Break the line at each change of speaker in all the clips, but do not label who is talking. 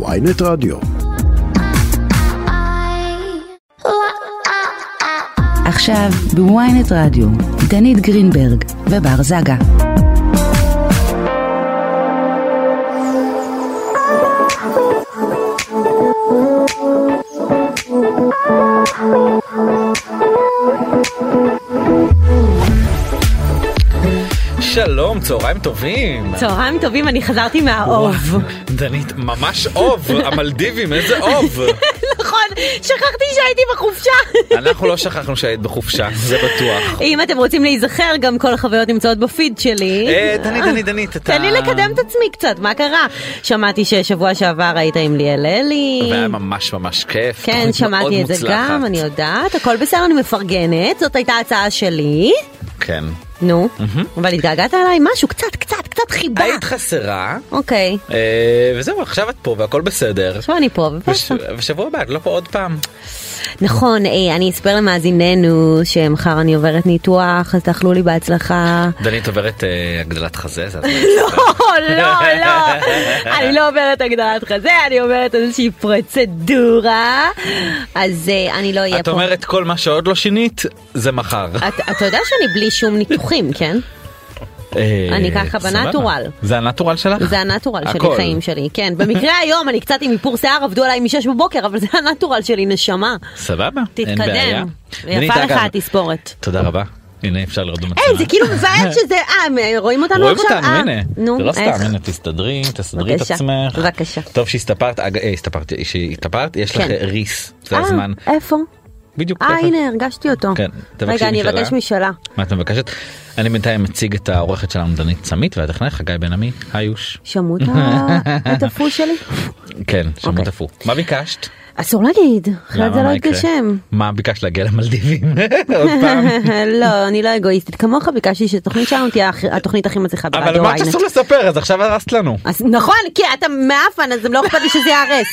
ויינט רדיו.
עכשיו בוויינט רדיו, דנית גרינברג ובר זגה.
שלום, צהריים טובים.
צהריים טובים, אני חזרתי מהאוב.
דנית, ממש אוב, המלדיבים, איזה אוב.
נכון, שכחתי שהייתי בחופשה.
אנחנו לא שכחנו שהיית בחופשה, זה בטוח.
אם אתם רוצים להיזכר, גם כל החוויות נמצאות בפיד שלי.
אה, דנית, דנית, דנית, אתה...
תן לי לקדם את עצמי קצת, מה קרה? שמעתי ששבוע שעבר היית עם ליאל אלי.
והיה ממש ממש כיף.
כן,
תוכנית מאוד
שמעתי את זה
מוצלחת.
גם, אני יודעת. הכל בסדר, אני מפרגנת, זאת הייתה הצעה שלי.
כן.
אה. נו, אבל התגעגעת אליי משהו, קצת, קצת, קצת חיבה.
היית חסרה,
אוקיי,
אה, וזהו, עכשיו את פה והכל בסדר.
עכשיו אני פה,
וש-
ופסה.
ושבוע הבא את לא פה עוד פעם.
נכון, אה, אני אספר למאזיננו שמחר אני עוברת ניתוח, אז תאכלו לי בהצלחה.
דנית עוברת אה, הגדלת חזה, זה את
לא, לא, לא, אני לא עוברת הגדלת חזה, אני עוברת איזושהי פרוצדורה, אז אה, אני לא אהיה
את
פה.
אומרת כל מה שעוד לא שינית, זה מחר.
אתה- אתה יודע שאני בלי שום ניתוחים, כן?
אה,
אני ככה
סבבה.
בנטורל.
זה הנטורל שלך?
זה הנטורל שלי,
הכל.
חיים שלי, כן. במקרה היום אני קצת עם איפור שיער, עבדו עליי משש בבוקר, אבל זה הנטורל שלי, נשמה.
סבבה, אין בעיה.
תתקדם.
דנית,
יפה לך
אגב,
התספורת.
תודה רבה. הנה אפשר לרדום מצלמה.
אין, זה כאילו מבאס שזה, אה, רואים אותנו
רואים
עכשיו?
אותנו,
אה,
הנה.
נו,
זה לא סתם,
איך?
הנה, תסתדרי, תסדרי את
בבקשה,
עצמך.
בבקשה.
טוב שהסתפרת, אג- אה, הסתפרת, שהתאפרת, יש לך
כן.
ריס, זה
אה,
הזמן.
איפה?
בדיוק.
אה,
תכף.
הנה, הרגשתי אותו.
כן, תבקשי
רגע, אני
משלה.
אבקש משלה.
מה את מבקשת? אני בינתיים מציג את העורכת שלנו, דנית צמית, והטכנאי חגי בן עמי, היוש.
שמעו את ה- את הפו שלי?
כן, שמות
אוקיי.
אפו. מה ביקשת?
אסור להגיד, אחרת
למה?
זה לא
מה יקרה?
יתגשם.
מה ביקשת להגיע למלדיבים? עוד פעם.
לא, אני לא אגואיסטית כמוך, ביקשתי שהתוכנית שלנו תהיה הכי- התוכנית הכי מצליחה ברדיו ynet.
אבל אמרת שאסור לספר, אז עכשיו הרסת לנו.
אז נכון, כי אתה מעפן, אז לא אכפת לי שזה ייהרס.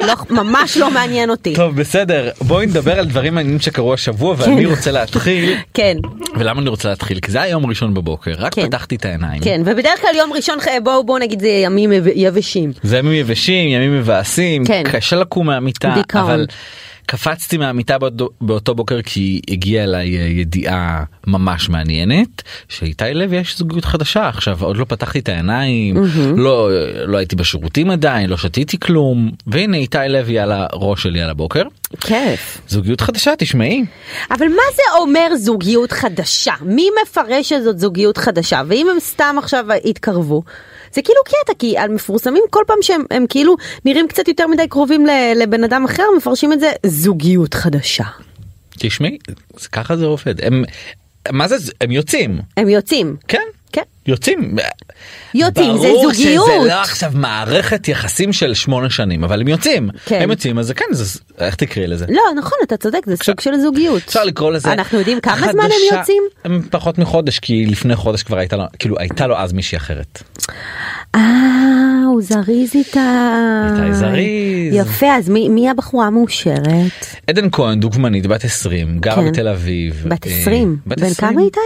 לא, ממש לא מעניין אותי.
טוב בסדר בואי נדבר על דברים מעניינים שקרו השבוע ואני רוצה להתחיל
כן,
ולמה אני רוצה להתחיל כי זה היה יום ראשון בבוקר רק
כן.
פתחתי את העיניים
כן, ובדרך כלל יום ראשון, אה, בואו בואו נגיד זה ימים יבשים.
זה ימים יבשים ימים מבאסים
כן.
קשה לקום מהמיטה
דיכאון.
אבל קפצתי מהמיטה באותו- באותו בוקר כי הגיעה אליי אה, ידיעה ממש מעניינת שאיתי לוי יש זוגיות חדשה עכשיו עוד לא פתחתי את העיניים לא לא הייתי בשירותים עדיין לא שתיתי כלום והנה איתי לוי על הראש שלי על הבוקר
כיף.
זוגיות חדשה תשמעי.
אבל מה זה אומר זוגיות חדשה? מי מפרש שזאת זוגיות חדשה? ואם הם סתם עכשיו התקרבו, זה כאילו קטע, כי על מפורסמים כל פעם שהם הם כאילו נראים קצת יותר מדי קרובים ל- לבן אדם אחר, מפרשים את זה זוגיות חדשה.
תשמעי, זה- ככה זה עובד. הם, מה זה, הם יוצאים,
הם יוצאים.
כן?
כן.
יוצאים.
יוצאים, זה
ברור
זוגיות.
שזה לא עכשיו מערכת יחסים של שמונה שנים, אבל הם יוצאים.
כן.
הם יוצאים, אז זה כן, זה, איך תקראי לזה?
לא, נכון, אתה צודק, זה סוג של זוגיות.
אפשר לקרוא לזה
אנחנו יודעים כמה
חדשה-
זמן הם יוצאים?
הם פחות מחודש, כי לפני חודש כבר הייתה לו, כאילו הייתה לו אז מישהי אחרת.
אה, הוא זריז איתה.
איתי זריז.
יפה, אז מי, מי הבחורה המאושרת?
עדן כהן, דוגמנית, בת 20, גרה
כן.
בתל אביב.
בת
אה,
20.
בת
בן
20.
כמה איתי?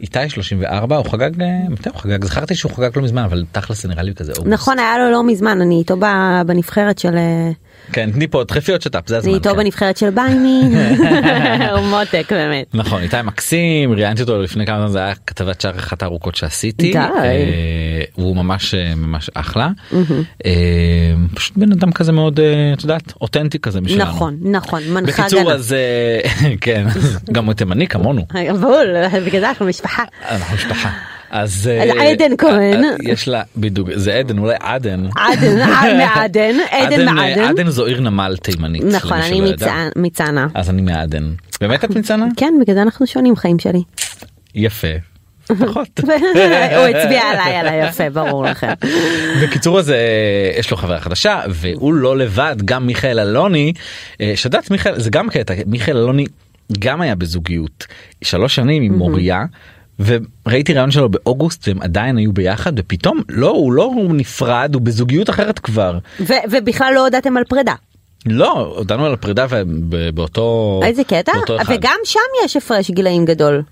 איתי 34, הוא חגג, אה, מתי הוא חגג? זכרתי שהוא חגג לא מזמן, אבל תכלס זה נראה לי כזה אוגוסט.
נכון, היה לו לא מזמן, אני איתו ב- בנבחרת של... אה,
כן, תני פה, דחפי עוד שת"פ, זה הזמן.
אני איתו
כן.
בנבחרת של ביימי. הוא מותק באמת.
נכון, איתי מקסים, ראיינתי אותו לפני כמה זמן, זה היה כתבת שער אחת הארוכות שעשיתי.
די.
אה, הוא ממש אה, ממש אחלה. אה, פשוט בן אדם כזה מאוד, אה, את יודעת, אותנטי כזה משלנו.
נכון, נכון, מנחה
בקיצור,
הגנה. אה,
אז אה, כן, אז גם הוא תימני כמונו,
בול, בגלל זה אנחנו משפחה.
אנחנו משפחה. אז אה,
אז עדן כהן.
אה, יש לה בדיוק זה עדן אולי עדן
עדן, אה, מעדן, עדן
אה,
מעדן.
עדן זו עיר נמל תימנית
נכון,
למי
אני
שלא ידע.
מצע- מצענה.
אז אני מעדן באמת את מצנה
כן, בגלל זה אנחנו שונים חיים שלי.
יפה. פחות.
הוא הצביע עליי, על היפה, ברור לכם.
בקיצור אז אה, יש לו חברה חדשה והוא לא לבד גם מיכאל אלוני אה, שד"צ מיכאל זה גם קטע מיכאל אלוני גם היה בזוגיות שלוש שנים עם מוריה. וראיתי ראיון שלו באוגוסט והם עדיין היו ביחד ופתאום לא הוא לא הוא נפרד הוא בזוגיות אחרת כבר
ו- ובכלל לא הודעתם על פרידה.
לא הודענו על הפרידה ובאותו
איזה קטע?
באותו אחד.
וגם שם יש הפרש גילאים גדול.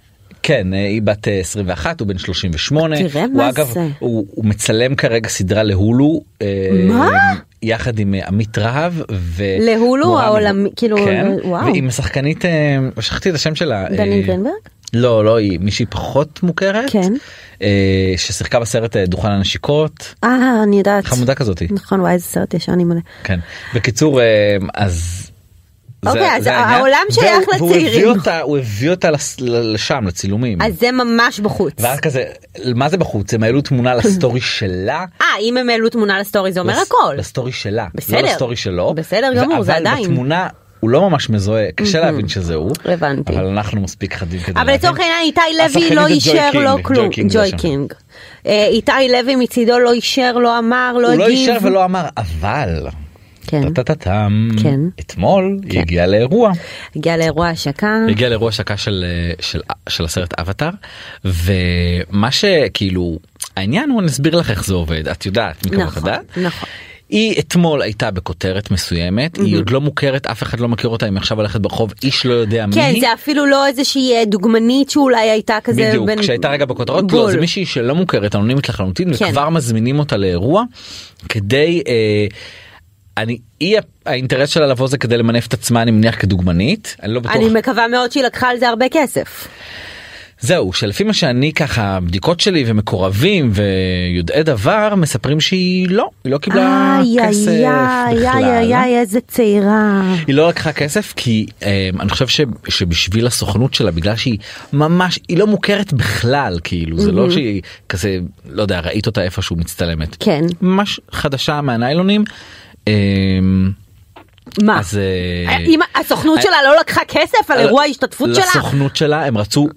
כן, אה, היא בת אה, 21, הוא בן 38.
תראה
הוא
מה
אגב,
זה.
הוא, הוא מצלם כרגע סדרה להולו. אה,
מה?
יחד עם אה, עמית רהב ו...
להולו
מורן-
העולמי, כאילו,
כן,
וואו.
ועם השחקנית, אה, שכחתי את השם שלה. אה,
דנית גרינברג?
לא, לא היא, מישהי פחות מוכרת.
כן.
אה, ששיחקה בסרט אה, דוכן הנשיקות.
אה, אני יודעת.
חמודה כזאתי.
נכון, וואי, איזה סרט ישן אני מלא.
כן. בקיצור, אה, אז... זה-
אוקיי, אז
זה העניין.
העולם שייך
והוא-
לצעירים.
והוא הביא אותה, הוא הביא אותה לס- לשם, לצילומים.
אז זה ממש בחוץ.
ואז כזה, מה זה בחוץ? הם העלו תמונה לסטורי שלה.
אה, אם הם העלו תמונה לסטורי זה אומר
לס-
הכל.
לסטורי שלה,
בסדר.
לא לסטורי שלו.
בסדר
ו-
גמור, זה עדיין.
אבל בתמונה הוא לא ממש מזוהה, קשה להבין שזה הוא.
הבנתי.
אבל אנחנו מספיק חדים כדי
אבל
להבין.
לצורך העניין איתי לוי
השחקנית
לא
זה ג'וי
אישר
קינג,
לו
ג'וי
כלום.
קינג זה
ג'וי
השם.
קינג. אה, איתי לוי מצידו לא אישר, לא אמר, לא
הוא
הגיב.
לא אישר ולא אמר, אבל...
כן.
טה-טה-טם.
כן.
אתמול היא הגיעה לאירוע.
הגיע לאירוע השקה.
היא הגיעה לאירוע השקה של, אה, של, של הסרט אבטאר ומה שכאילו העניין הוא אני אסביר לך איך זה עובד את יודעת מכמה
נכון,
חדה.
נכון.
היא אתמול הייתה בכותרת מסוימת היא עוד לא מוכרת אף אחד לא מכיר אותה אם עכשיו הולכת ברחוב איש לא יודע מי
כן,
היא.
זה אפילו לא איזושהי אה, דוגמנית שאולי הייתה כזה.
בדיוק,
בין-
כשהייתה רגע בכותרות,
בול.
לא, זה מישהי שלא מוכרת, אנונימית לחלוטין,
כן.
וכבר מזמינים אותה לאירוע, כדי, אה, אני, היא, האינטרס שלה לבוא זה כדי למנף את עצמה, אני מניח, כדוגמנית, אני לא בטוח.
אני מקווה מאוד שהיא לקחה על זה הרבה כסף.
זהו, שלפי מה שאני ככה, בדיקות שלי ומקורבים ויודעי דבר, מספרים שהיא לא, היא לא קיבלה
איי,
כסף
איי,
בכלל. לא?
איי, איי, איי, איזה צעירה.
היא לא לקחה כסף כי אה, אני חושב ש, שבשביל הסוכנות שלה בגלל שהיא ממש היא לא מוכרת בכלל כאילו זה לא שהיא כזה לא יודע ראית אותה איפשהו מצטלמת
כן.
ממש חדשה מהניילונים. אה,
מה?
אז אה,
אם הסוכנות שלה לא לקחה כסף על אירוע ההשתתפות שלה?
לסוכנות שלה הם רצו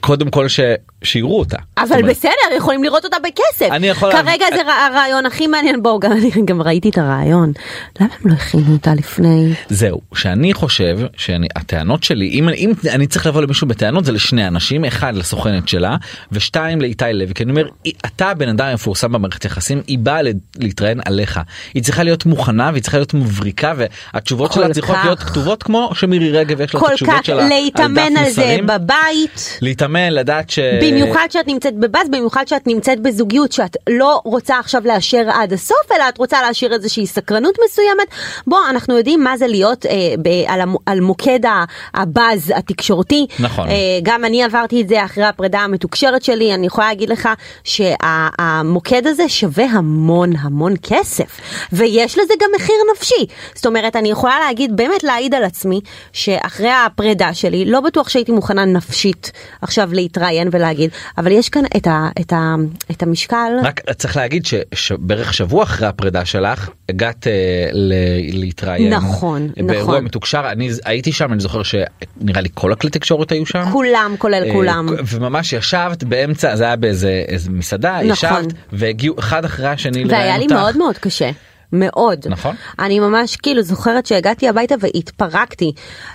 קודם כל ש, שיראו אותה. זאת
אבל
אומרת,
בסדר, יכולים לראות אותה בכסף.
אני יכול-
כרגע זה ר- הרעיון הכי מעניין, בואו, גם אני גם ראיתי את הרעיון. למה הם לא הכינו אותה לפני?
זהו שאני חושב שהטענות שלי אם, אני- אם אני צריך לבוא למישהו בטענות זה לשני אנשים אחד לסוכנת שלה ושתיים לאיתי לוי כי אני אומר "היא- אתה הבן אדם המפורסם במערכת יחסים היא באה לת- להתראיין עליך היא צריכה להיות מוכנה והיא צריכה להיות מבריקה והתשובות
כל
שלה צריכות
כך.
להיות כתובות כמו שמירי רגב יש לה את
כל
התשובות
כך
שלה
להתאמן
דף
על זה
מסרים. אה,
בבית.
להתאמן לדעת ש...
במיוחד שאת נמצאת בבאז, במיוחד שאת נמצאת בזוגיות שאת לא רוצה עכשיו לאשר עד הסוף, אלא את רוצה להשאיר איזושהי סקרנות מסוימת. בוא, אנחנו יודעים מה זה להיות אה, ב, על, המ, על מוקד ה- הבאז התקשורתי.
נכון.
אה, גם אני עברתי את זה אחרי הפרידה המתוקשרת שלי, אני יכולה להגיד לך שהמוקד הזה שווה המון המון כסף, ויש לזה גם מחיר נפשי. זאת אומרת, אני יכולה להגיד, באמת להעיד על עצמי, שאחרי הפרידה שלי, לא בטוח שהייתי מוכנה נפשית עכשיו להתראיין ולהגיד, אבל יש כאן את, ה, את, ה, את המשקל.
רק צריך להגיד ש- שבערך שבוע אחרי הפרידה שלך הגעת אה, ל- להתראיין. אה,
נכון,
באירוע
נכון.
מתוקשר, אני ז- הייתי שם, אני זוכר שנראה לי כל הכלי תקשורת היו שם.
כולם כולל
אה,
כולם.
וממש ישבת באמצע, זה היה באיזה איזה מסעדה,
נכון.
ישבת והגיעו אחד אחרי השני לראיין אותך.
והיה לי מאוד מאוד קשה. מאוד.
נכון.
אני ממש כאילו זוכרת שהגעתי הביתה והתפרקתי.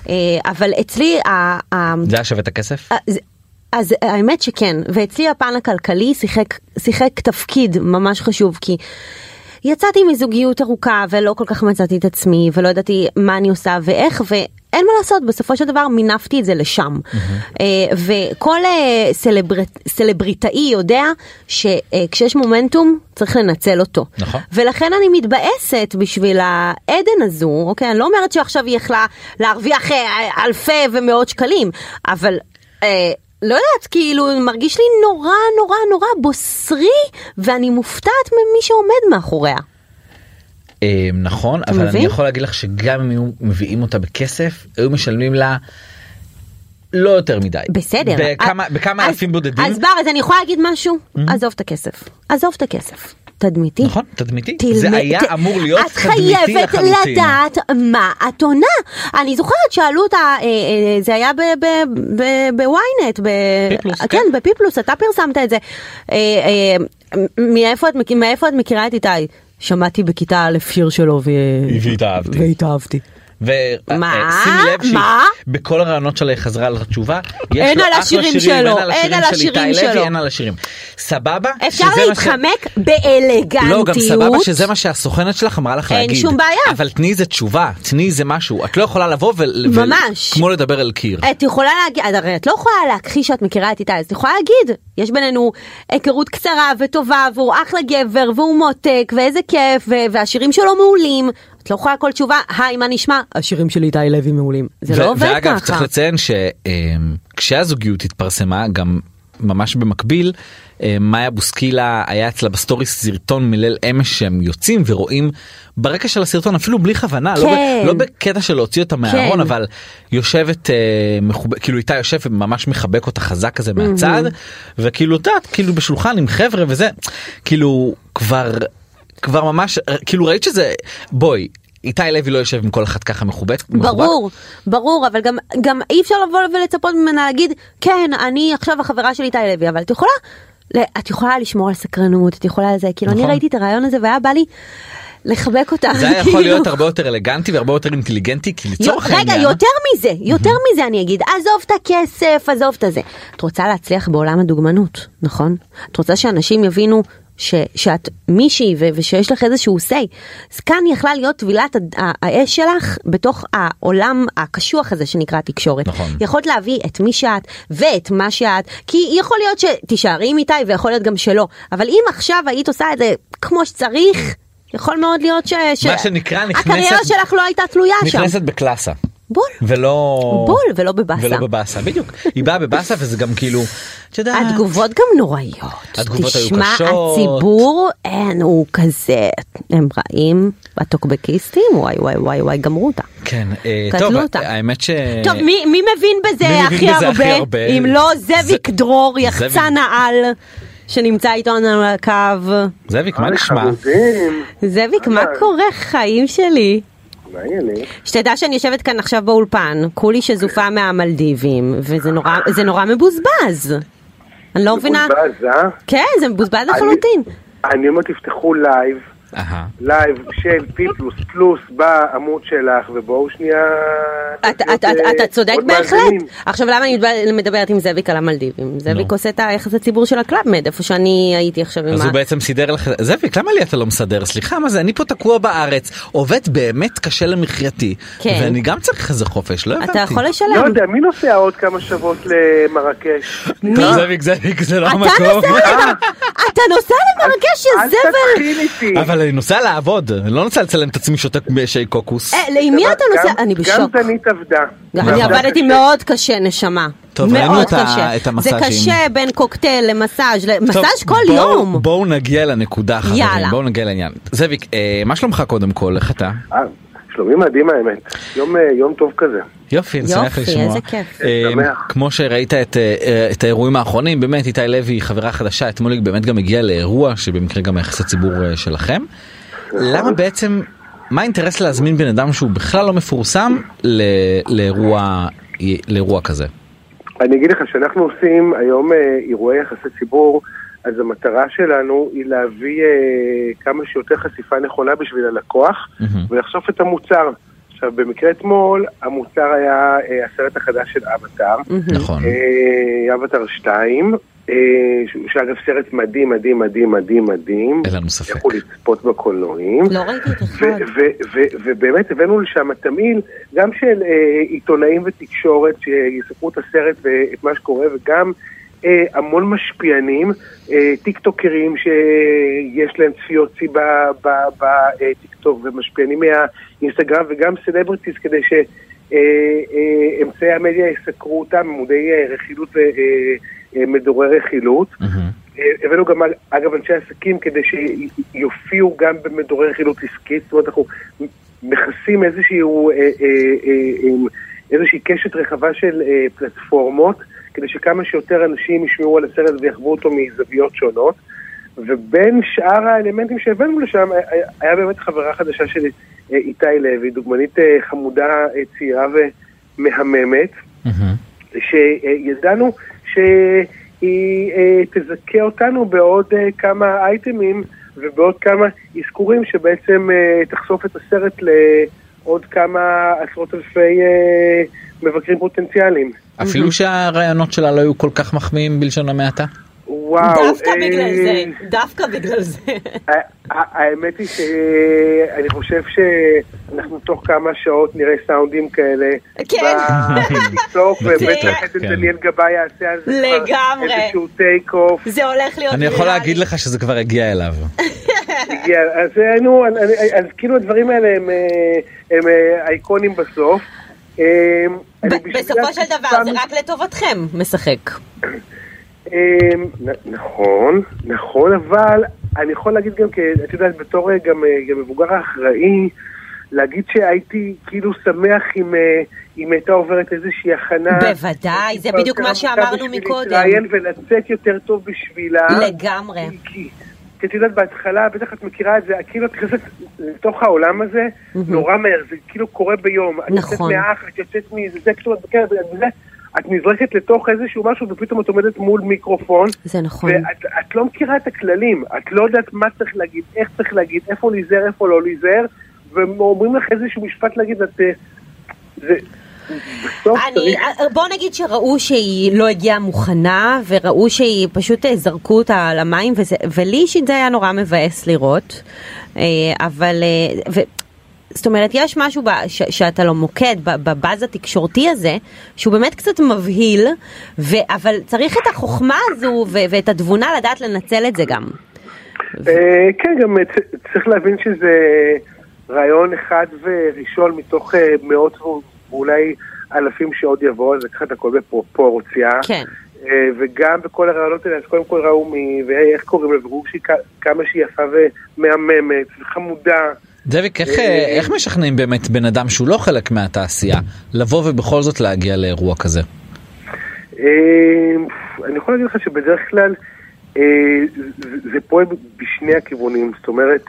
אה, אבל אצלי ה- ה-
זה היה שווה את הכסף?
אז- אז האמת שכן, ואצלי הפן הכלכלי שיחק, שיחק תפקיד ממש חשוב, כי יצאתי מזוגיות ארוכה ולא כל כך מצאתי את עצמי ולא ידעתי מה אני עושה ואיך ואין מה לעשות, בסופו של דבר מינפתי את זה לשם. אה, וכל אה, סלבר... סלבריטאי יודע שכשיש מומנטום צריך לנצל אותו.
נכון.
ולכן אני מתבאסת בשביל העדן הזו, אוקיי? אני לא אומרת שעכשיו היא יכלה להרוויח אה, אלפי ומאות שקלים, אבל אה, לא יודעת, כאילו, מרגיש לי נורא נורא נורא בוסרי, ואני מופתעת ממי שעומד מאחוריה.
אה, נכון,
אתה
אבל
מבין?
אני יכול להגיד לך שגם אם היו מביאים אותה בכסף, היו משלמים לה לא יותר מדי.
בסדר.
בכמה-
אז-
בכמה
אז-
אלפים בודדים.
אז בר, אז אני יכולה להגיד משהו? עזוב את הכסף. עזוב את הכסף. תדמיתי.
נכון, תדמיתי.
תלמד-
זה היה
ת-
אמור להיות תדמיתי
את חייבת
לחלוטין.
לדעת מה את עונה. אני זוכרת שאלו אותה, אה, אה, זה היה בוויינט,
פיפלוס,
כן,
כן.
בפיפלוס, אתה פרסמת את זה. אה, אה, מאיפה את מכ- מאיפה את מכירה את איתי? שמעתי בכיתה א' שיר שלו ו-
והתאהבתי.
והתאהבתי. מה?
ושימי אה, לב שהיא
מה?
בכל הרעיונות שלה היא חזרה על התשובה. יש
אין
לו
על
אחלה
השירים
שירים,
שלו,
אין על השירים של איתי לוי, אין על השירים. סבבה?
אפשר
שזה מה ש-
להתחמק באלגנטיות.
לא, גם סבבה שזה מה שהסוכנת שלך אמרה לך
אין
להגיד.
שום בעיה.
אבל תני איזה תשובה, תני איזה משהו. את לא יכולה לבוא ו... ו-
ממש.
כמו לדבר אל קיר.
את יכולה להגיד, אז הרי את לא יכולה להכחיש שאת מכירה את איתי, אז את יכולה להגיד, יש בינינו היכרות קצרה וטובה, והוא אחלה גבר, והוא מותק, ואיזה כיף, ו- והשירים שלו מעולים. את לא יכולה כל תשובה, היי, מה נשמע? השירים של איתי לוי מעולים. זה
ו-
לא עובד ככה.
ואגב, צריך לציין שכשהזוגיות התפרסמה, גם ממש במקביל, אה, מאיה בוסקילה היה אצלה בסטורי סרטון מליל אמש שהם יוצאים ורואים ברקע של הסרטון, אפילו בלי כוונה, לא,
כן.
ב- לא בקטע של להוציא אותה מהארון,
כן.
אבל יושבת, אה, מחוב... כאילו איתה יושב וממש מחבק אותה חזק כזה מהצד, וכאילו, את יודעת, כאילו בשולחן עם חבר'ה וזה, כאילו כבר... כבר ממש כאילו ראית שזה בואי איתי לוי לא יושב עם כל אחת ככה מחובק מחובק.
ברור, ברור, אבל גם, גם אי אפשר לבוא ולצפות ממנה להגיד, כן, אני עכשיו החברה של איתי לוי, אבל את יכולה, ל- את יכולה לשמור על סקרנות, את יכולה זה, כאילו,
נכון.
אני ראיתי את הרעיון הזה והיה בא לי לחבק אותה.
זה היה יכול
כאילו. לא,
להיות הרבה יותר אלגנטי והרבה יותר אינטליגנטי כי לצורך
רגע,
העניין
יותר מזה, יותר מזה אני אגיד, עזוב את הכסף, עזוב את הזה. את רוצה להצליח בעולם הדוגמנות, נכון? את רוצה שאנשים יבינו ש, שאת מישהי ו, ושיש לך איזשהו say. אז כאן יכלה להיות טבילת הד- ה- האש שלך בתוך העולם הקשוח הזה שנקרא תקשורת.
נכון.
יכולת להביא את מי שאת ואת מה שאת, כי יכול להיות שתישארי עם איתי ויכול להיות גם שלא, אבל אם עכשיו היית עושה את זה כמו שצריך, יכול מאוד להיות ש... ש-
Mm. מה שנקרא, נכנסת-
הקריירה שלך לא הייתה תלויה שם.
נכנסת בקלאסה
בול.
ולא
בול, ולא בבאסה.
ולא בבאסה בדיוק היא באה בבאסה וזה גם כאילו את יודעת
התגובות גם נוראיות.
התגובות היו קשות.
תשמע, הציבור, אין, הוא כזה, הם רעים, הטוקבקיסטים, וואי וואי וואי וואי, גמרו אותה.
כן אה,
קטלו
טוב
אותה.
האמת ש
טוב, מי, מי מבין בזה,
מי מבין
הכי,
בזה הכי
הרבה?
הרבה?
אם לא זאביק
זה-
דרור, יחצן העל, שנמצא איתנו על הקו.
זאביק מה
היי,
נשמע
חמודים.
זאביק, מה
אהלן.
קורה חיים שלי?
מה העניינים?
שתדע שאני יושבת כאן עכשיו באולפן, כולי שזופה מהמלדיבים, וזה נורא, זה נורא מבוזבז. אני לא מבינה...
מבוזבז, אה?
כן, זה מבוזבז לחלוטין.
אני אומר תפתחו לייב,
אהה.
לייב של פי פלוס פלוס בעמוד שלך, ובואו שנייה...
אתה- אתה- אתה
אה,
אתה צודק
עוד
בהחלט.
מאזינים.
עכשיו למה אני מדבר- מדברת עם זאביק על המלדיבים? זאביק עושה את היחס הציבור של הקלאבמד, איפה שאני הייתי עכשיו עם
אז
ה...
הוא בעצם סידר לך, זאביק למה לי אתה לא מסדר? סליחה מה זה אני פה תקוע בארץ עובד באמת קשה למחייתי
כן.
ואני גם צריך איזה חופש לא הבנתי.
אתה יכול
לא
לשלם.
יודע, מי נוסע עוד כמה שבועות למרקש?
טוב, זאביק זאביק זה לא
אתה
המקום.
נוסע למר- אתה נוסע למרקש
אל
שזבל.
תתחיל איתי.
אבל אני נוסע לעבוד, אני לא נוסע לצלם את עצמי שותק שי קוקוס.
אה, למי אתה
גם- אה,
נוסע? אני בשוק.
גם דנית עבדה.
אני
ועבדה
עבדתי
קשה.
מאוד קשה נשמה.
טוב, ראינו
מאוד
את ה-
קשה.
את
זה
המסאז'ים.
קשה בין קוקטייל למסאז'. ל-
טוב,
מסאז' כל
בואו-
יום.
בואו נגיע לנקודה חברים,
יאללה.
בואו נגיע לעניין. זאביק, אה, מה שלומך קודם כל? איך אתה?
אה, שלומי מדהים האמת. יום, אה, יום טוב כזה.
יופי, אני
יופי,
שמח לשמוע.
איזה כיף.
אה,
שמח.
כמו שראית את, אה, אה, את האירועים האחרונים, באמת איתי לוי, חברה חדשה, אתמול היא באמת גם הגיעה לאירוע שבמקרה גם היחס הציבור אה, שלכם. למה בעצם, מה האינטרס להזמין בן אדם שהוא בכלל לא מפורסם ל- לאירוע, לאירוע כזה?
אני אגיד לך, כשאנחנו עושים היום אה, אירועי יחסי ציבור, אז המטרה שלנו היא להביא אה, כמה שיותר חשיפה נכונה בשביל הלקוח
מהמם.
ולחשוף את המוצר. עכשיו, במקרה אתמול, המוצר היה אה, הסרט החדש של אבטאר,
נכון.
אה, אבטאר 2, אה, ש- שאגב סרט מדהים, מדהים, מדהים, מדהים, מדהים.
אין לנו ספק.
לכו לצפות בקולנועים.
לא ראיתי את
ו-
אחד.
ו- ו- ובאמת הבאנו לשם תמהיל גם של אה, עיתונאים ותקשורת שיספרו את הסרט ואת מה שקורה וגם אה, המון משפיענים, אה, טיקטוקרים שיש להם צפיות שיא בטיקטוק ומשפיענים מהאינסטגרם וגם סלבריטיז כדי ש... אה, אה, אמצעי המדיה יסקרו אותם, עמודי אה, רכילות ומדורי רכילות.
מהמם.
אה, הבאנו גם, אגב, אנשי עסקים כדי שיופיעו גם במדורי רכילות עסקית, זאת אומרת, אנחנו מכסים איזשהו, אה, אה, אה, אה, איזושהי קשת רחבה של אה, פלטפורמות, כדי שכמה שיותר אנשים ישמעו על הסרט ויחוו אותו מזוויות שונות. ובין שאר האלמנטים שהבאנו לשם, אה, אה, היה באמת חברה חדשה שלי, אה, איתי לוי, דוגמנית אה, חמודה, אה, צעירה ומהממת.
מהמם.
שידענו שהיא אה, תזכה אותנו בעוד אה, כמה אייטמים ובעוד כמה אזכורים שבעצם אה, תחשוף את הסרט עוד כמה עשרות אלפי אה, מבקרים פוטנציאליים.
אפילו שהרעיונות שלה לא היו כל כך מחמיאים בלשון המעטה.
וואו.
דווקא בגלל
אה,
זה, דווקא בגלל זה.
ה- ה- האמת היא שאני חושב שאנחנו תוך כמה שעות נראה סאונדים כאלה.
כן.
בטיסוק,
בטיקטוק,
ובטח
כן.
איזה דניאל גבאי יעשה על זה כבר
לגמרי.
איזשהו טייק אוף.
זה הולך להיות
אני יכול
ויראלי.
להגיד לך שזה כבר הגיע אליו.
הגיע. אז אה, נו, אני- אני- אז כאילו הדברים האלה הם, אה, הם אה, אייקונים בסוף. אה, אני
ב-
בשביל
בסופו של
הטיסה
דבר זה רק לטובתכם משחק.
אמ, נ- נכון, נכון, אבל אני יכול להגיד גם, כ- את יודעת, בתור אה, גם אה, גם מבוגר האחראי, להגיד שהייתי כאילו שמח אם, אה, אם הייתה עוברת איזושהי הכנה.
בוודאי, זה
טיפה
בדיוק
יותר
מה שאמרנו
עמוקה בשביל
מקודם.
להתראיין ולצאת יותר טוב בשבילה.
לגמרי.
כי- כי- כי את יודעת, בהתחלה, בטח את מכירה את זה, כאילו את נכנסת לתוך העולם הזה, נורא מהר, זה כאילו קורה ביום. את יוצאת
נכון.
מהאח, את יוצאת מזה, זה כאילו את בקרב, וזה, את נזרקת לתוך איזשהו משהו, ופתאום את עומדת מול מיקרופון,
זה נכון.
ואת את לא מכירה את הכללים, את לא יודעת מה צריך להגיד, איך צריך להגיד, איפה להיזהר, איפה לא להיזהר, ואומרים לך איזשהו משפט להגיד, את... אה, זה... בסוף
אני,
לא
אה,
צריך...
בוא נגיד שראו שהיא לא הגיעה מוכנה וראו שהיא פשוט אה, זרקו אותה למים וזה, ולי אישית זה היה נורא מבאס לראות אה, אבל אה, ו, זאת אומרת יש משהו ב, ש, שאתה לא מוקד ב- בבאז התקשורתי הזה שהוא באמת קצת מבהיל ו, אבל צריך את החוכמה הזו ו, ואת התבונה לדעת לנצל את זה גם.
אה, כן, גם אה, צ- צריך להבין שזה רעיון אחד וראשון מתוך אה, מאות ו- ואולי אלפים שעוד יבואו, אז לקחת הכל בפרופורציה.
כן.
אה, וגם בכל הרעיונות האלה, אז קודם כל ראו מ... ואיך קוראים לה, וראו שהיא כ- כמה שהיא יפה ומהממת וחמודה.
דביק, איך, אה, איך משכנעים באמת בן אדם שהוא לא חלק מהתעשייה לבוא ובכל זאת להגיע לאירוע כזה?
אה, אני יכול להגיד לך שבדרך כלל אה, זה- זה פועל בשני הכיוונים, זאת אומרת,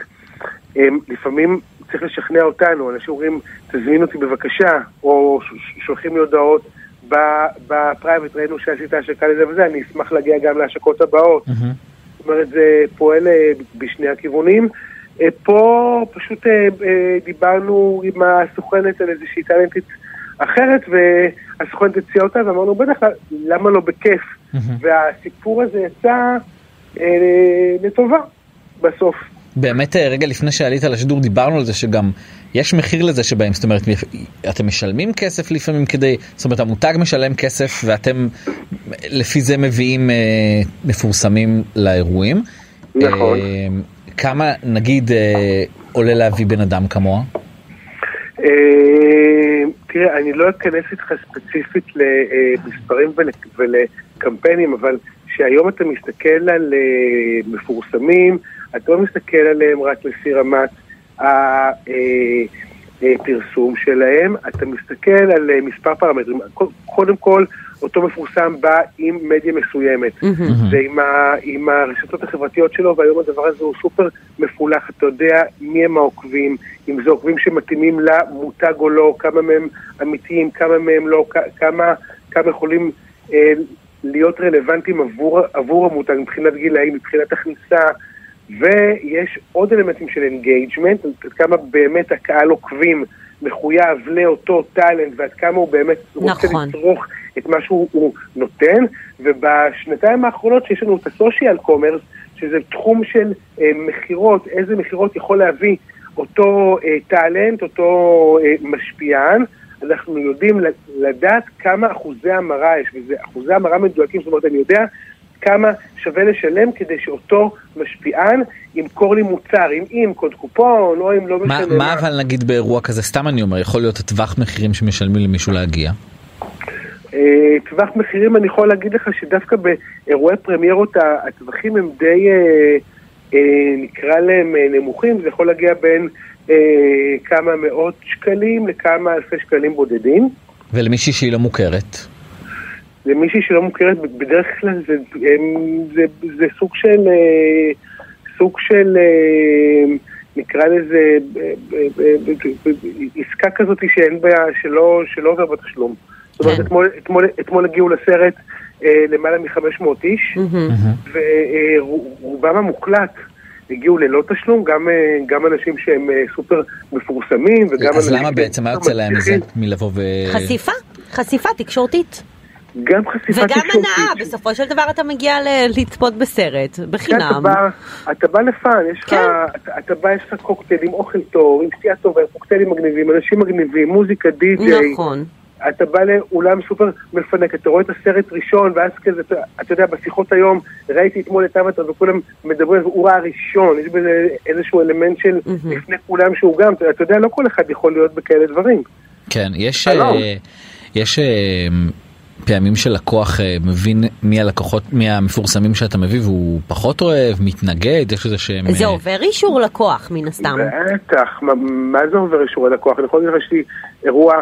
אה, לפעמים צריך לשכנע אותנו, אנשים אומרים, תזמין אותי בבקשה, או ש- ש- שולחים לי הודעות ב- בפרייבט, ראינו שעשית השקה לזה וזה, אני אשמח להגיע גם להשקות הבאות. זאת אומרת, זה פועל אה, בשני הכיוונים. אה, פה פשוט אה, אה, דיברנו עם הסוכנת על איזושהי טלנטית אחרת, והסוכנת הציעה אותה, ואמרנו, בטח, למה לא בכיף? והסיפור הזה יצא אה, לטובה בסוף.
באמת אה, רגע לפני שעלית לשידור דיברנו על זה שגם יש מחיר לזה שבהם זאת אומרת אתם משלמים כסף לפעמים כדי זאת אומרת המותג משלם כסף ואתם לפי זה מביאים אה, מפורסמים לאירועים.
נכון.
אה, כמה נגיד אה, עולה להביא בן אדם כמוה?
אה, תראה, אני לא אכנס איתך ספציפית למספרים ול, ולקמפיינים, אבל שהיום אתה מסתכל על אה, מפורסמים, אתה לא מסתכל עליהם רק לפי רמת הפרסום שלהם, אתה מסתכל על אה, מספר פרמטרים. קוד- קודם כל, אותו מפורסם בא עם מדיה מסוימת.
מהמם.
ועם ה, עם הרשתות החברתיות שלו, והיום הדבר הזה הוא סופר מפולח, אתה יודע מי הם העוקבים, אם זה עוקבים שמתאימים למותג או לא, כמה מהם אמיתיים, כמה מהם לא, כ- כמה, כמה יכולים אה, להיות רלוונטיים עבור, עבור המותג מבחינת גילאים, מבחינת הכניסה, ויש עוד אלמנטים של אינגייג'מנט, עד כמה באמת הקהל עוקבים מחויב לאותו טאלנט ועד כמה הוא באמת רוצה
כן.
נכון.
לצרוך את מה שהוא הוא נותן, ובשנתיים האחרונות שיש לנו את הסושיאל קומרס, שזה תחום של אה, מכירות, איזה מכירות יכול להביא אותו אה, טאלנט, אותו אה, משפיען, אנחנו יודעים ל- לדעת כמה אחוזי המרה יש, וזה אחוזי המרה מדויקים, זאת אומרת, אני יודע כמה שווה לשלם כדי שאותו משפיען ימכור לי מוצר, אם עם קוד קופון או אם לא
מה,
משנה
מה אבל נגיד באירוע כזה סתם אני אומר יכול להיות הטווח מחירים שמשלמים למישהו להגיע.
אה, טווח מחירים, אני יכול להגיד לך שדווקא באירועי פרמיירות ה- הטווחים הם די, אה, אה, נקרא להם אה, נמוכים, זה יכול להגיע בין אה, כמה מאות שקלים לכמה אלפי שקלים בודדים.
ולמישהי שהיא לא מוכרת.
למישהי שלא מוכרת, בדרך כלל זה, הם, זה, זה סוג של, אה, סוג של, אה, נקרא לזה, אה, אה, אה, אה, עסקה כזאת שאין בה, שלא, שלא עובר בתשלום. זאת אומרת,
כן.
אתמול, אתמול, אתמול הגיעו לסרט אה, למעלה מ-500 איש,
מהמם.
ורובם המוחלט הגיעו ללא תשלום, גם, אה, גם אנשים שהם אה, סופר מפורסמים וגם
אז
אנשים...
למה
שהם
בעצם מה
סופר
יוצא להם מזה
מצליחים.
מלבוא ו...
חשיפה, חשיפה תקשורתית.
גם חשיפה
וגם
תקשורתית.
הנאה, בסופו של דבר אתה מגיע ל- לצפות בסרט,
כן, אתה
בחינם.
בא, אתה בא לפאן, יש לך,
כן.
אתה, אתה בא, יש לך קוקטייל עם אוכל טוב, עם שתייה טובה, עם קוקטיילים מגניבים, אנשים מגניבים, מוזיקה, די-ג'יי,
נכון.
אתה בא לאולם סופר מפנק, אתה רואה את הסרט ראשון, ואז כזה, אתה, אתה יודע, בשיחות היום, ראיתי אתמול את אבטר וכולם מדברים, הוא ראה ראשון, יש בזה איזשהו אלמנט של
מהמם.
לפני כולם שהוא גם, אתה, אתה יודע, לא כל אחד יכול להיות בכאלה דברים.
כן, יש,
שלום.
אה, יש אה, פעמים שלקוח אה, מבין מי הלקוחות, מי המפורסמים שאתה מביא והוא פחות אוהב, מתנגד, יש איזה שהם...
זה
אה,
עובר אישור לקוח מן הסתם.
בטח, מה, מה זה עובר אישורי לקוח? אני יכול להגיד לך שיש לי אירוע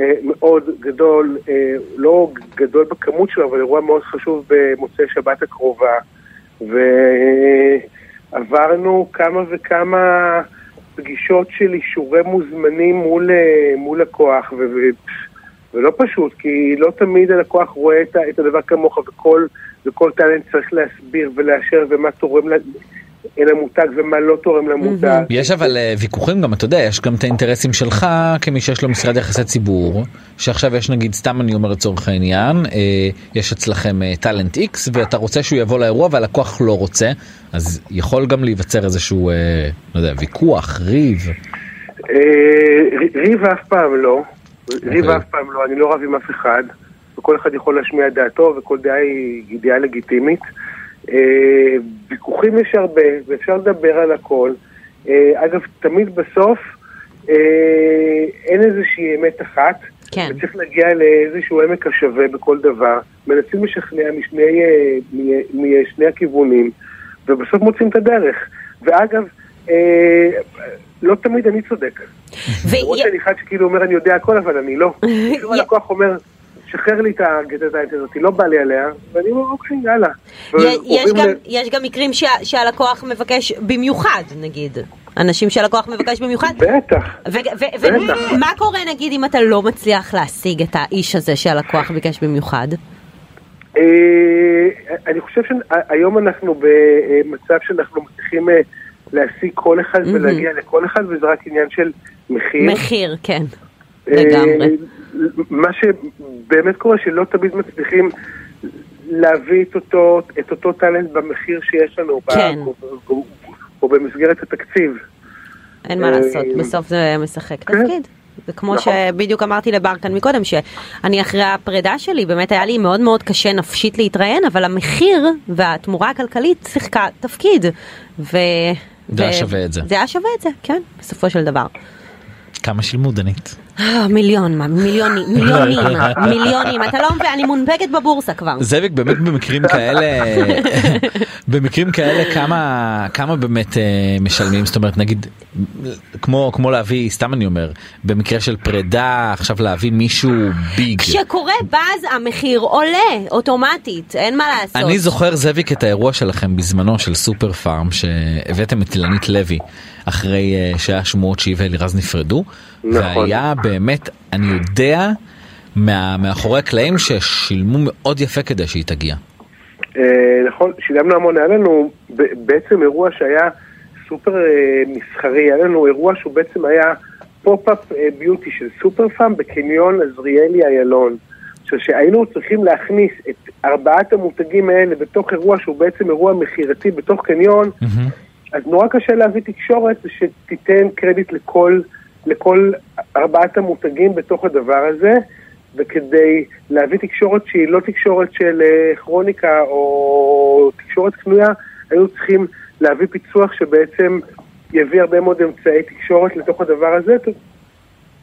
אה, מאוד גדול, אה, לא גדול בכמות שלו, אבל אירוע מאוד חשוב במוצאי שבת הקרובה, ועברנו כמה וכמה פגישות של אישורי מוזמנים מול, אה, מול לקוח, ו, ו, ולא פשוט, כי לא תמיד הלקוח רואה את, ה- את הדבר כמוך, וכל, וכל טאלנט צריך להסביר ולאשר ומה תורם ל... למותג ומה לא תורם למותג.
יש אבל אה, ויכוחים גם אתה יודע יש גם את האינטרסים שלך כמי שיש לו משרד יחסי ציבור שעכשיו יש נגיד סתם אני אומר לצורך העניין אה, יש אצלכם אה, טאלנט איקס ואתה רוצה שהוא יבוא לאירוע והלקוח לא רוצה אז יכול גם להיווצר איזשהו אה, לא יודע ויכוח ריב
אה, ר- ריב אף פעם לא. ריב
אוקיי.
אף פעם לא, אני לא רב עם אף אחד, וכל אחד יכול להשמיע את דעתו, וכל דעה היא היא דעה לגיטימית. אה, ויכוחים יש הרבה, ואפשר לדבר על הכל. אה, אגב, תמיד בסוף אה, אין איזושהי אמת אחת.
כן.
וצריך להגיע לאיזשהו עמק השווה בכל דבר. מנסים לשכנע משני, אה, מ- משני הכיוונים, ובסוף מוצאים את הדרך. ואגב, אה, לא תמיד אני צודק. למרות
ו-
שאני אחד שכאילו אומר אני יודע הכל, אבל אני לא. כאילו הלקוח אומר, שחרר לי את הגטטנט הזאת, לא בא לי עליה, ואני אומר, אוקיי, יאללה.
יש
ועוברים
גם,
ל-
יש גם מקרים שה, שהלקוח מבקש במיוחד, נגיד. אנשים שהלקוח מבקש במיוחד.
בטח. בטח.
ומה קורה נגיד אם אתה לא מצליח להשיג את האיש הזה שהלקוח ביקש במיוחד?
אה, אני חושב שהיום אנחנו במצב שאנחנו מצליחים אה, להשיג כל אחד
מהמם.
ולהגיע לכל אחד, וזה רק עניין של מחיר.
מחיר, כן.
אה,
לגמרי.
מה שבאמת קורה, שלא תמיד מצליחים להביא את אותו, את אותו טאלנט במחיר שיש לנו, ב-
כן.
או, או, או במסגרת התקציב.
אין מה
אה,
לעשות, בסוף זה משחק
כן.
תפקיד. זה כמו
נכון.
שבדיוק אמרתי לבר כאן מקודם, שאני אחרי הפרידה שלי, באמת היה לי מאוד מאוד קשה נפשית להתראיין, אבל המחיר והתמורה הכלכלית שיחקה תפקיד. ו...
זה היה
ו-
שווה את זה.
זה היה שווה את זה, כן, בסופו של דבר.
כמה שילמו דנית
אה, מיליון, מה, מיליונים, מיליונים, מיליונים, אתה לא מבין, אני מונפקת בבורסה כבר.
זאביק באמת במקרים כאלה במקרים כאלה כמה כמה באמת אה, משלמים זאת אומרת נגיד כמו כמו להביא סתם אני אומר במקרה של פרידה עכשיו להביא מישהו ביג.
כשקורה באז המחיר עולה אוטומטית, אין מה לעשות.
אני זוכר זאביק את האירוע שלכם בזמנו של סופר פארם שהבאתם את אילנית לוי אחרי אה, שהיה שמועות שהיא ואלירז נפרדו.
נכון.
והיה באמת אני יודע מה, מאחורי הקלעים ששילמו מאוד יפה כדי שהיא תגיע.
אה, נכון, שילמנו המון, היה לנו ב- בעצם אירוע שהיה סופר אה, מסחרי, היה לנו אירוע שהוא בעצם היה פופ-אפ אה, ביוטי של סופר פארם בקניון עזריאלי איילון. עכשיו, שהיינו צריכים להכניס את ארבעת המותגים האלה בתוך אירוע שהוא בעצם אירוע מכירתי בתוך קניון, אז נורא קשה להביא תקשורת שתיתן קרדיט לכל, לכל ארבעת המותגים בתוך הדבר הזה, וכדי להביא תקשורת שהיא לא תקשורת של אה, כרוניקה או תקשורת קנויה, היו צריכים להביא פיצוח שבעצם יביא הרבה מאוד אמצעי תקשורת לתוך הדבר הזה, ת-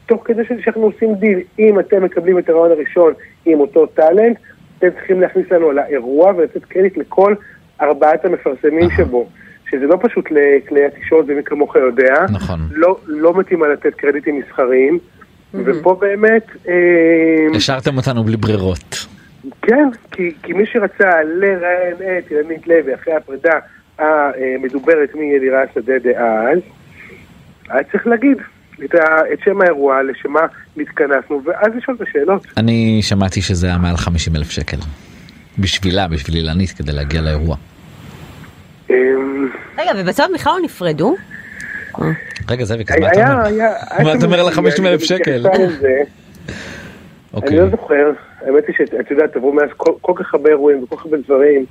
תוך כדי ש- שאנחנו עושים דיל. אם אתם מקבלים את הרעיון הראשון עם אותו טאלנט, אתם צריכים להכניס לנו לאירוע ולתת קרדיט לכל ארבעת המפרסמים שבו. שזה לא פשוט לכלי התקשורת, ומי כמוך יודע.
נכון.
לא, לא מתאים על לתת קרדיטים מסחריים, ופה באמת... אה,
השארתם אותנו בלי ברירות.
כן, כי, כי מי שרצה לראיין את אילנית לוי אחרי הפרידה המדוברת מאלירן שדה דאז, היה צריך להגיד את, ה, את שם האירוע, לשם מה נתכנסנו, ואז לשאול את השאלות.
אני שמעתי שזה היה מעל 50 אלף שקל. בשבילה, בשביל אילנית כדי להגיע לאירוע.
אמ,
רגע, ובסוף בכלל לא נפרדו? אה,
רגע זאביק, אז מה אתה
היה,
אומר?
היה... היה
מה אתה
שם
אומר על
איזושהי-
50,000
היא
שקל?
התייחסה לזה. אני
אוקיי.
לא זוכר, האמת היא שאת יודעת, עברו מאז כל- כל כך הרבה אירועים וכל כך הרבה דברים,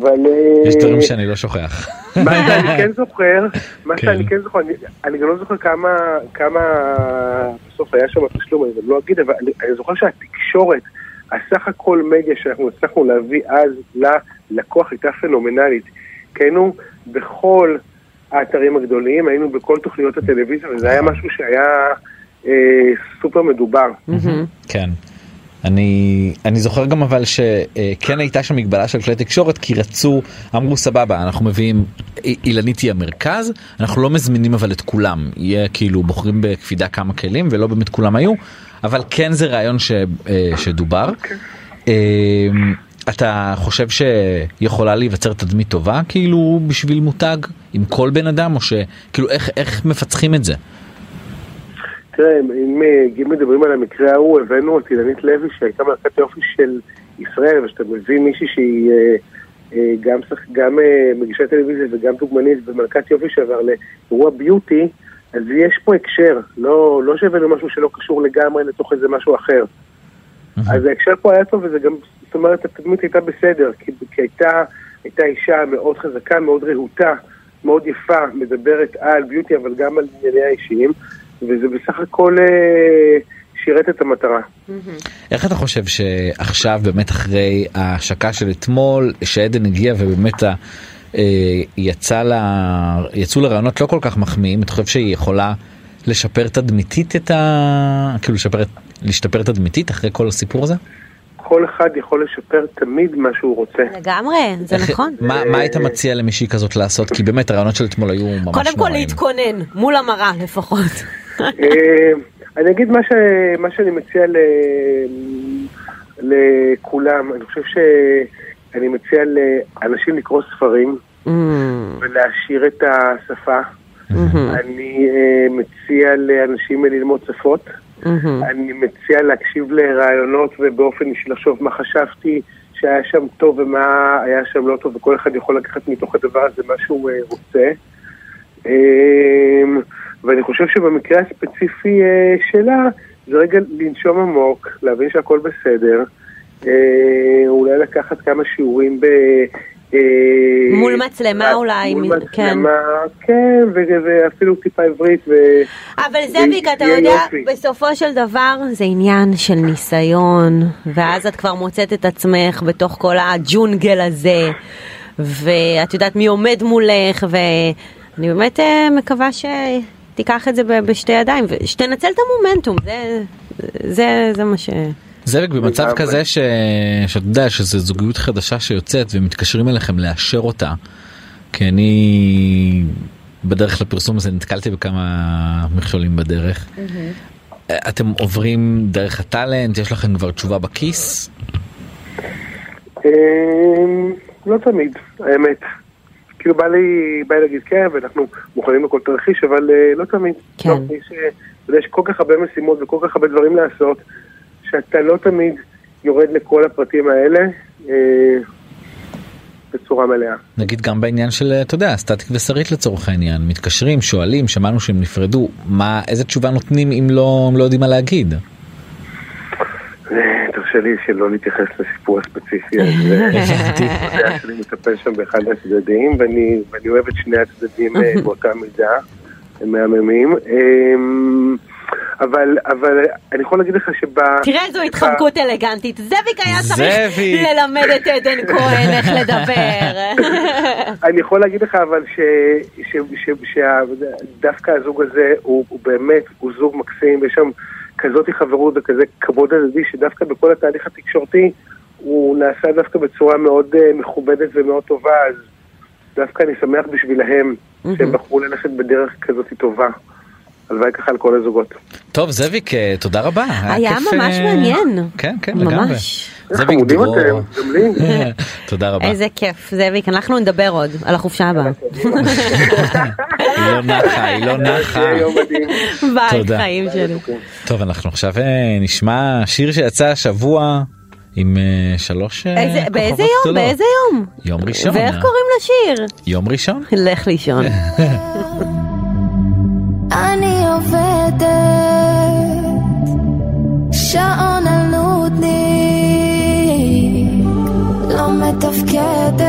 אבל... אה,
יש דברים שאני לא שוכח.
מה שאני כן זוכר, מה
כן.
שאני כן זוכר, אני- אני גם לא זוכר כמה, כמה בסוף היה שם התשלום, אני גם לא אגיד, אבל אני- אני זוכר שהתקשורת, הסך הכל מדיה שאנחנו הצלחנו להביא אז ללקוח הייתה פנומנלית. כי היינו בכל האתרים הגדולים, היינו בכל תוכניות הטלוויזיה, וזה היה משהו שהיה אה, סופר מדובר.
כן. אני אני זוכר גם אבל שכן הייתה שם מגבלה של כלי תקשורת כי רצו אמרו סבבה אנחנו מביאים אי- אילנית היא המרכז אנחנו לא מזמינים אבל את כולם יהיה כאילו בוחרים בקפידה כמה כלים ולא באמת כולם היו אבל כן זה רעיון ש, אה, שדובר. אה, אתה חושב שיכולה להיווצר תדמית טובה כאילו בשביל מותג עם כל בן אדם או שכאילו איך איך מפצחים את זה.
תראה, אם, אה, אם מדברים על המקרה ההוא, הבאנו את אילנית לוי שהייתה מלכת יופי של ישראל, ושאתה מביא מישהי שהיא אה, אה, גם, שח- גם אה, מגישת טלוויזיה וגם דוגמנית ומלכת יופי שעבר לאירוע ביוטי, אז יש פה הקשר, לא, לא שהבאנו משהו שלא קשור לגמרי לתוך איזה משהו אחר. אז ההקשר פה היה טוב, וזה גם, זאת אומרת, התדמית הייתה בסדר, כי, כי הייתה, הייתה אישה מאוד חזקה, מאוד רהוטה, מאוד יפה, מדברת על ביוטי, אבל גם על ענייניה האישיים, וזה בסך הכל אה, שירת את המטרה.
איך אתה חושב שעכשיו באמת אחרי ההשקה של אתמול שעדן הגיע ובאמת ה, אה, יצא לה יצאו לה רעיונות לא כל כך מחמיאים אתה חושב שהיא יכולה לשפר תדמיתית את ה... כאילו לשפר את- להשתפר תדמיתית אחרי כל הסיפור הזה?
כל אחד יכול לשפר תמיד מה שהוא רוצה.
אוקיי. לגמרי, זה
איך-
נכון.
מה, מה היית מציע למישהי כזאת לעשות כי באמת הרעיונות של אתמול היו ממש נוראים.
קודם כל להתכונן, מול המראה לפחות.
אה, אני אגיד מה, ש, מה שאני מציע ל, לכולם, אני חושב שאני מציע לאנשים לקרוא ספרים ולהעשיר את השפה.
Mm.
אני אה, מציע לאנשים ללמוד שפות, אני מציע להקשיב לרעיונות ובאופן אישי לחשוב מה חשבתי שהיה שם טוב ומה היה שם לא טוב, וכל אחד יכול לקחת מתוך הדבר הזה מה שהוא אה, רוצה. אה, ואני חושב שבמקרה הספציפי אה, שלה, זה רגע לנשום עמוק, להבין שהכל בסדר, אה, אולי לקחת כמה שיעורים ב... אה,
מול מצלמה אולי, מ-
מול
כן.
מצלמה, כן, ו- ואפילו טיפה עברית. ו-
אבל
זה
זאביק, אתה
יהיה
יודע,
יופי.
בסופו של דבר זה עניין של ניסיון, ואז את כבר מוצאת את עצמך בתוך כל הג'ונגל הזה, ואת יודעת מי עומד מולך, ואני באמת אה, מקווה שתיקח את זה ב- בשתי ידיים, ושתנצל את המומנטום, זה, זה, זה מה ש...
זאביק במצב
לגמרי.
כזה ש... שאתה יודע שזו זוגיות חדשה שיוצאת ומתקשרים אליכם לאשר אותה. כי אני בדרך לפרסום הזה נתקלתי בכמה מכשולים בדרך. אתם עוברים דרך הטאלנט יש לכם כבר תשובה בכיס
אמ, לא תמיד, האמת. כאילו בא לי, בא לי להגיד כן, ואנחנו מוכנים לכל תרחיש, אבל אה, לא תמיד.
כן.
לא, יש, אה, אתה יודע, יש כל כך הרבה משימות וכל כך הרבה דברים לעשות, שאתה לא תמיד יורד לכל הפרטים האלה אה, בצורה מלאה.
נגיד גם בעניין של אתה יודע סטטיק ושרית לצורך העניין מתקשרים שואלים שמענו שהם נפרדו מה איזה תשובה נותנים אם לא, אם לא יודעים מה להגיד.
אה, תרשה לי שלא להתייחס לסיפור הספציפי הזה.
הבנתי.
אתה יודע שאני מטפל שם באחד הצדדים, ואני, ואני אוהב את שני הצדדים אה, באותה מידה, הם מהממים. אמ, אבל, אבל אני יכול להגיד לך שב...
תראה איזו התחמקות אלגנטית, זאביק היה צריך
זאביק.
ללמד את עדן כהן איך לדבר.
אני יכול להגיד לך אבל ש- ש- ש- שדווקא הזוג הזה הוא, הוא באמת, הוא זוג מקסים, ויש שם כזאת חברות וכזה כבוד הדדי, שדווקא בכל התהליך התקשורתי הוא נעשה דווקא בצורה מאוד אה, מכובדת ומאוד טובה, אז דווקא אני שמח בשבילהם שהם בחרו ללכת בדרך כזאת טובה. הלוואי ככה על כל הזוגות.
טוב זאביק אה, תודה רבה.
היה
כיף,
ממש
אה,
מעניין.
כן כן
ממש.
לגמרי.
איך
זאביק
חמודים
דרור.
אתם, גם לי.
נכון. תודה רבה.
איזה כיף, זאביק, אנחנו נדבר עוד על החופשה הבאה.
היא לא נחה, היא לא נחה.
אה, שיהיה יום מדהים.
ביי,
תודה.
חיים שלי.
אה, טוב, אנחנו עכשיו אה, נשמע שיר שיצא השבוע עם אה, שלוש אה,
איזה-
כוכבות
באיזה יום?
גדולות.
באיזה יום?
יום ראשון.
ואיך
אה?
קוראים לשיר?
יום ראשון.
לך לישון.
אני עובדת, שעון על נודניק, לא מתפקדת.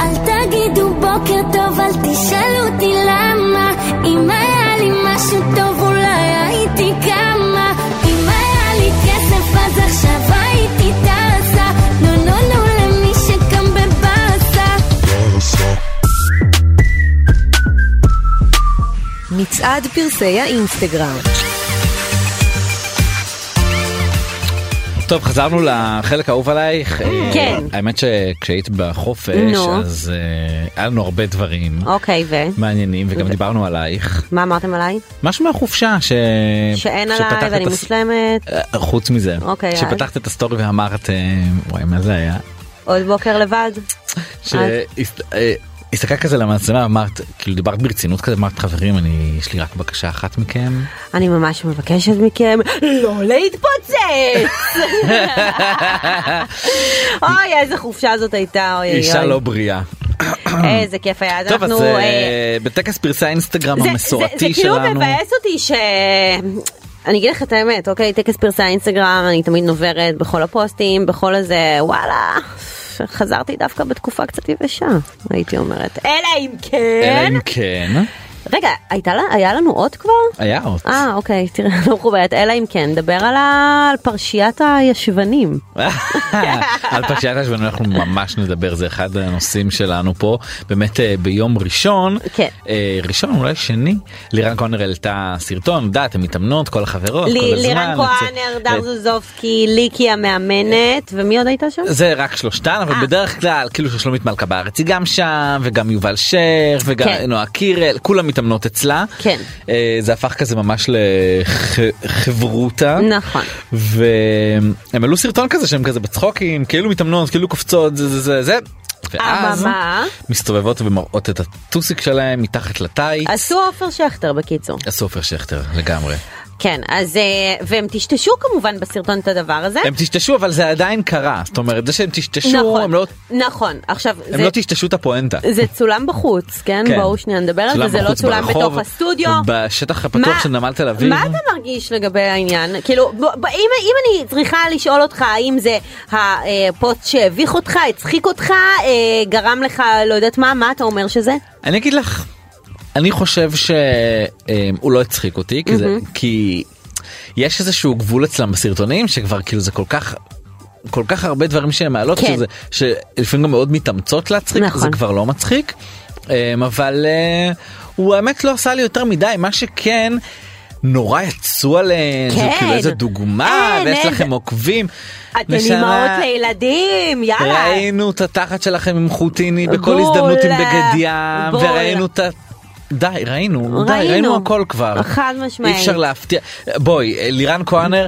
אל תגידו בוקר טוב, אל תשאלו אותי למה. אם היה לי משהו טוב, אולי הייתי קמה. אם היה לי כסף, אז עכשיו הייתי טסה. נו נו נו למי שקם בבאסה.
מצעד פרסי האינסטגרם.
טוב חזרנו לחלק האהוב עלייך. אה,
כן.
האמת שכשהיית בחופש
נו.
אז אה, היה לנו הרבה דברים
אוקיי, ו?
מעניינים וגם דיברנו עלייך.
מה אמרתם עליי?
משהו מהחופשה ש...
שאין
אה, שפתחת
עליי
את
ואני
הס-
מושלמת.
אה, חוץ מזה,
אוקיי, אז?
שפתחת את הסטורי ואמרת, אה, וואי מה זה היה?
עוד בוקר לבד.
שהסתכלת אה, כזה למצלמה אמרת כאילו דיברת ברצינות כזה אמרת חברים אני יש לי רק בקשה אחת מכם
אני ממש מבקשת מכם לא להתפוצץ! אוי, איזה חופשה זאת הייתה, אוי אוי
אישה
אוי.
לא בריאה.
איזה כיף היה. אז
טוב אז
אה, אנחנו,
אה,
אה,
בטקס פרסי האינסטגרם
זה- זה-
המסורתי
זה כאילו
שלנו.
מבאס אותי ש... אני אגיד לך את האמת, אוקיי, טקס פרסי האינסטגרם, אני תמיד נוברת בכל הפוסטים, בכל הזה, וואלה, חזרתי דווקא בתקופה קצת יבשה, הייתי אומרת. אלא אם
אלא
כן...
אם כן
רגע, הייתה לה- היה לנו עוד כבר?
היה עוד.
אה, אוקיי, תראה, לא מחוברת, אלא אם כן, נדבר על ה- על פרשיית הישבנים.
על פרשיית השבן אנחנו ממש נדבר זה אחד הנושאים שלנו פה באמת אה, ביום ראשון
כן.
אה, ראשון אולי שני לירן כהנר העלתה סרטון יודעת הן מתאמנות כל החברות כל
לי-
הזמן.
לירן כהנר,
אה,
דר זוזובסקי, ליקי המאמנת, ומי עוד הייתה שם?
זה רק שלושתן אבל
אה.
בדרך כלל כאילו ששלומית מלכה בארץ היא גם שם וגם יובל שר וגם
כן.
נועה קירל כולם מתאמנות אצלה
כן.
אה, זה הפך כזה ממש לחברותה
נכון.
והם עלו סרטון כזה שהם כזה בצחוקים כאילו מתאמנות כאילו קופצות זה זה זה זה ואז
אממה?
מסתובבות ומראות את הטוסיק שלהם מתחת לטייץ
עשו עופר שכטר בקיצור.
עשו עופר שכטר לגמרי
כן, אז אה, והם טשטשו כמובן בסרטון את הדבר הזה.
הם טשטשו אבל זה עדיין קרה זאת אומרת זה שהם טשטשו
נכון,
הם לא
נכון, עכשיו
הם
זה-
לא טשטשו את הפואנטה.
זה צולם בחוץ, כן?
כן.
בואו שנייה נדבר על זה, זה לא
בחוץ,
צולם
ברחוב,
בתוך הסטודיו.
בשטח הפתוח של נמל תל אביב.
מה אתה מרגיש לגבי העניין? כאילו, ב, ב, אם, אם אני צריכה לשאול אותך האם זה הפוסט שהביך אותך, הצחיק אותך, אה, גרם לך לא יודעת מה, מה אתה אומר שזה?
אני אגיד לך, אני חושב שהוא לא הצחיק אותי, כי, זה, כי יש איזשהו גבול אצלם בסרטונים שכבר כאילו זה כל כך... כל כך הרבה דברים שהן מעלות
כן.
שזה שלפעמים גם מאוד מתאמצות להצחיק
נכון.
זה כבר לא מצחיק אמ, אבל אה, הוא האמת לא עשה לי יותר מדי מה שכן נורא יצאו עליהן זה
כן.
כאילו איזה דוגמה
אין,
ויש
אין.
לכם עוקבים.
אתן
נשמה,
אימהות לילדים, יאללה.
ראינו את התחת שלכם עם חוטיני בכל
בול,
הזדמנות עם בגד ים,
בול.
וראינו את ה... די, ראינו, די,
ראינו.
ראינו הכל כבר.
חד משמעית.
אי אפשר להפתיע. בואי, לירן כהנר,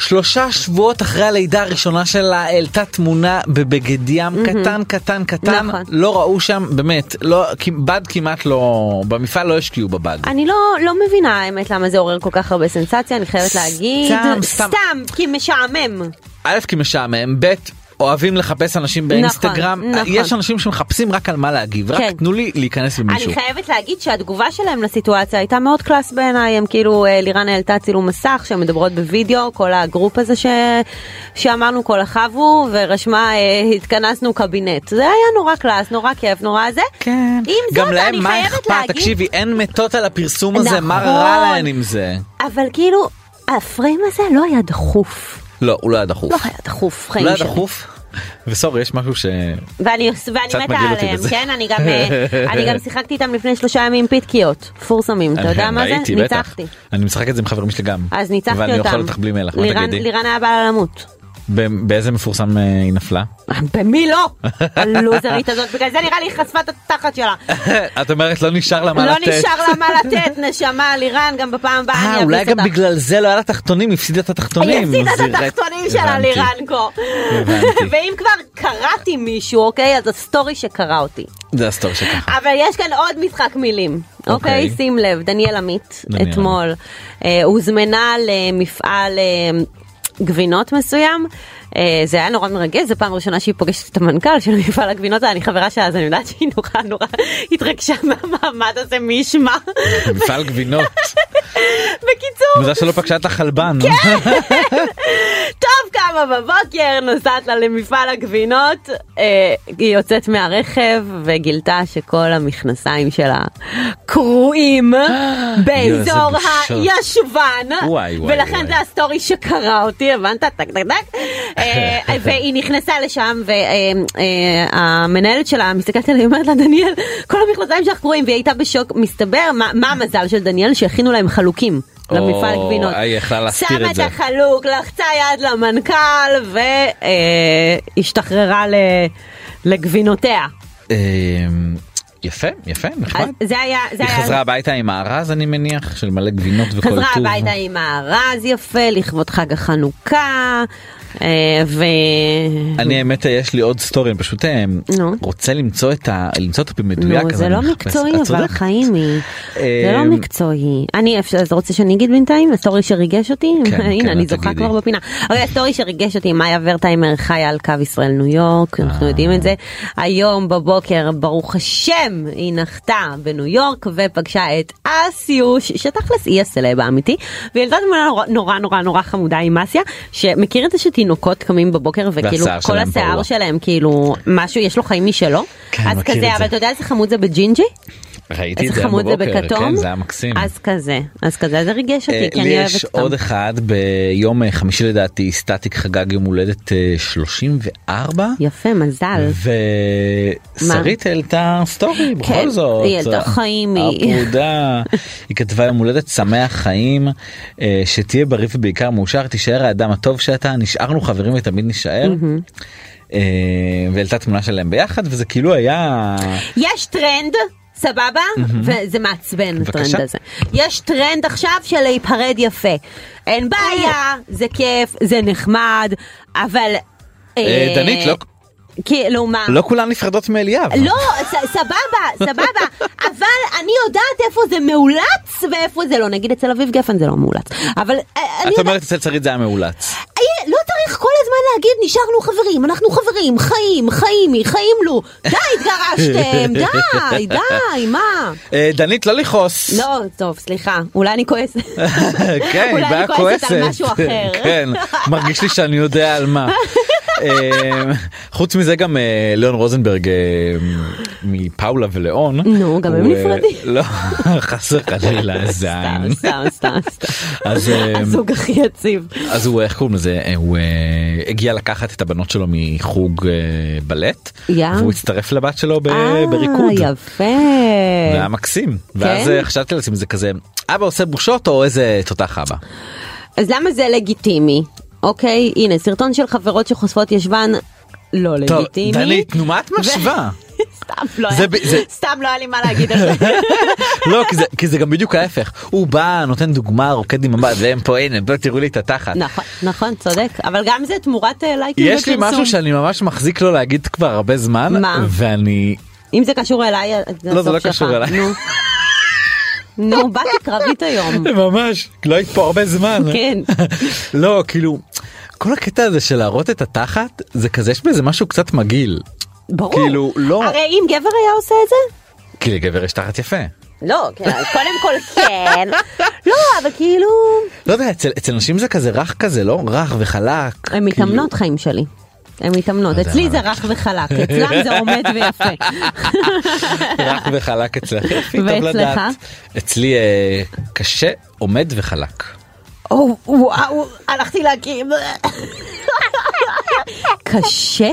שלושה שבועות אחרי הלידה הראשונה שלה העלתה תמונה בבגד ים קטן קטן קטן,
נכון.
לא ראו שם, באמת, לא, כי- בד כמעט לא, במפעל לא השקיעו בבד.
אני לא, לא מבינה האמת למה זה עורר כל כך הרבה סנסציה, אני חייבת להגיד.
סתם, סתם.
סתם, כי משעמם.
א' כי משעמם, ב' אוהבים לחפש אנשים באינסטגרם,
נכון.
יש אנשים שמחפשים רק על מה להגיב, רק
כן.
תנו לי להיכנס למישהו.
אני חייבת להגיד שהתגובה שלהם לסיטואציה הייתה מאוד קלאס בעיניי, הם כאילו, אה, לירן העלתה צילום מסך שהן מדברות בווידאו, כל הגרופ הזה ש... שאמרנו, כל החבו, ורשמה, אה, התכנסנו קבינט. זה היה נורא קלאס, נורא כיף, נורא זה.
כן.
עם זאת,
גם להם
אני
מה
חייבת
אכפת?
להגיד-
תקשיבי, הן מתות על הפרסום הזה, מה
נכון.
רע להן עם זה?
אבל כאילו, הפריים הזה לא היה דחוף.
לא, הוא לא היה דחוף.
לא היה דחוף,
הוא לא
חיים
היה
שלי.
דחוף. וסורי, יש משהו ש...
ואני, ואני
קצת
מתה
מגעיל אותי
עליהם,
בזה.
כן? אני גם, אה, אני גם שיחקתי איתם לפני שלושה ימים פיתקיות, מפורסמים, אתה יודע
אני
מה זה?
ראיתי, בטח.
ניצחתי.
אני משחק את זה עם חברים שלי גם.
אז ניצחתי אותם.
ואני אוכל אותך בלי מלח, מה
לירן-
תגידי?
לירן היה בא לה למות.
ב- באיזה מפורסם אה, היא נפלה?
במי לא? הלוזרית הזאת, בגלל זה נראה לי היא חשפה את התחת שלה.
את אומרת לא נשאר לה מה
לא
לתת.
נשאר לה מה לתת, נשמה, לירן, גם בפעם הבאה אני
אה,
אביס אותך.
אולי גם בגלל זה לא היה לה תחתונים, הפסידה את התחתונים.
היא הפסידה
אז
את
רק-
התחתונים שלה
הבנתי.
לירנקו.
הבנתי.
ואם כבר קראתי מישהו, אוקיי, אז הסטורי שקרא אותי.
זה הסטור שככה.
אבל יש כאן עוד משחק מילים,
אוקיי.
אוקיי? שים לב, דניאל עמית,
דניאל
אתמול, אה, הוזמנה למפעל אה, גבינות מסוים. אה, זה היה נורא מרגש, זו פעם ראשונה שהיא פוגשת את המנכ"ל של מפעל הגבינות, אני חברה שלה, אז אני יודעת שהיא נורא נורא התרגשה מהמעמד הזה, מי ישמע.
מפעל גבינות.
בקיצור,
מזל שלא פגשה את החלבן. אה?
כן, טוב קמה בבוקר, נוסעת לה למפעל הגבינות, אה, היא יוצאת מהרכב וגילתה שכל המכנסיים שלה קרועים באזור
יואו, איזה בושה.
הישבן,
וואי, וואי,
ולכן
וואי.
זה הסטורי שקרא אותי, הבנת? טק טק טק. אה, והיא נכנסה לשם והמנהלת שלה מסתכלת עליה, היא אומרת לה דניאל, כל המכנסיים שלך קרועים, והיא הייתה בשוק, מסתבר, מה- מה המזל של דניאל? שהכינו להם חלוקים.
או, אה,
למפעל גבינות.
היא יכלה להסתיר את זה.
שמה את החלוק, לחצה יד למנכ"ל והשתחררה לגבינותיה.
אמ, יפה, יפה, נחמד.
אז זה היה... זה
היא
היה-
חזרה הביתה עם הארז אני מניח של מלא גבינות וכל טוב.
חזרה הביתה עם הארז יפה לכבוד חג החנוכה אה, ו...
אני האמת יש לי עוד סטורי אני פשוט אמ,
נו.
רוצה למצוא את ה... למצוא אותו במדויק.
נו,
אז
זה
אני
לא
מחפש.
מקצועי
את
אבל
צודקת.
חיימי, זה
אה,
לא מקצועי. אני, אפשר- אז רוצה שאני אגיד בינתיים? הסטורי שריגש אותי?
כן, כן,
הנה, אני
את
זוכה
תגידי.
כבר בפינה. אוקיי, הסטורי שריגש אותי, מאיה ורטהיימר חיה על קו ישראל ניו יורק,
אה.
אנחנו יודעים את זה. היום בבוקר, ברוך השם, היא נחתה בניו יורק ופגשה את אסיוש, שתכלס היא הסלב האמיתי, וילדה תמונה נורא- נורא נורא נורא חמודה עם אסיה, שמכיר את זה שתינוקות קמים בבוקר וכאילו
והשיער
כל
שלהם
השיער
פרוע.
שלהם כאילו משהו, יש לו חיים משלו?
כן,
אז
מכיר
כזה,
את
אבל
זה.
אתה יודע איזה חמוד זה בג'ינג'י?
ראיתי את
איזה
זה היום
חמוד זה
בבוקר,
בכתום?
כן, זה היה מקסים.
אז כזה, אז כזה, זה ריגש
אה,
אותי, כי
לי
אני אוהבת
יש עוד
אותם.
אחד ביום אה, חמישי לדעתי סטטיק חגג יום הולדת אה, 34
יפה, מזל.
ושרית העלתה סטורי
כן,
בכל זאת. אה,
היא העלתה חיים, היא-
הפרודה. היא כתבה יום הולדת שמח חיים אה, שתהיה בריא ובעיקר מאושר תישאר האדם הטוב שאתה נשארנו חברים ותמיד נישאר. אה, והעלתה תמונה שלהם ביחד וזה כאילו היה
יש טרנד. סבבה? וזה מעצבן הטרנד
בבקשה.
הזה. יש טרנד עכשיו של להיפרד יפה. אין בעיה, זה כיף, זה נחמד, אבל...
אה, דנית לא
כאילו מה?
לא כולן נפרדות מאליאב.
לא, ס- סבבה, סבבה, אבל אני יודעת איפה זה מאולץ ואיפה זה לא. נגיד אצל אביב גפן זה לא מאולץ. אבל אה, אני
את
יודעת...
אומרת אצל שרית זה היה מאולץ.
אה, לא צריך כל הזמן להגיד נשארנו חברים, אנחנו חברים, חיים, חיימי, חיים לו. די, התגרשתם, די, די, מה?
אה, דנית לא לכעוס.
לא, טוב, סליחה, אולי אני כועסת.
כן,
אולי
היא באה
אני כועסת
כועסת.
על משהו אחר.
כן, מרגיש לי שאני יודע על מה. אה, חוץ מזה גם אה, ליאון רוזנברג אה, מפאולה ולאון.
נו, גם הם
הוא, אה,
נפרדים.
לא, חס וחלילה,
סתם,
זין.
סתם, סתם, סתם.
אז, אה,
הזוג הכי יציב.
אז הוא איך קוראים לזה אה, הוא אה, הגיע לקחת את הבנות שלו מחוג אה, בלט
יא.
והוא הצטרף לבת שלו ב-
אה,
בריקוד.
יפה.
זה היה מקסים ואז
כן?
אה, חשבתי לעצמי זה כזה אבא עושה בושות או איזה תותח אבא.
אז למה זה לגיטימי? אוקיי, הנה, סרטון של חברות שחושפות ישבן, לא
טוב,
לגיטימי.
דנית נו מה את משווה?
סתם לא
זה ב-
היה-
זה-
סתם לא היה לי מה להגיד על זה.
לא כי זה, כי זה גם בדיוק ההפך הוא בא נותן דוגמה רוקד עם מבט והם פה הנה בוא תראו לי את התחת.
נכון, נכון, צודק, אבל גם זה תמורת אה, לייקים
יש לי
ופרסום.
משהו שאני ממש מחזיק לו להגיד כבר הרבה זמן
מה?
ואני
אם זה קשור אליי, אז זה
לא, זה
הסוף
לא
שלך.
קשור אליי.
נו. נו, באתי קרבית היום.
ממש לא היית פה הרבה זמן
כן.
לא כאילו כל הקטע הזה של להראות את התחת זה כזה יש בזה משהו קצת מגעיל
ברור.
כאילו, לא.
הרי אם גבר היה עושה את זה?
כי לגבר יש תחת יפה.
לא, כן, קודם כל כן. לא, אבל כאילו...
לא יודע אצל, אצל נשים זה כזה רך כזה לא רך וחלק. כאילו,
הן מתאמנות חיים שלי. הן מתאמנות.
אה.
אצלי זה רך וחלק, אצלם זה עומד ויפה.
רך וחלק אצלך. יפי, טוב
ואצלך?
לדעת. אצלי אה, קשה עומד וחלק.
או, וואו, הלכתי להקים. קשה?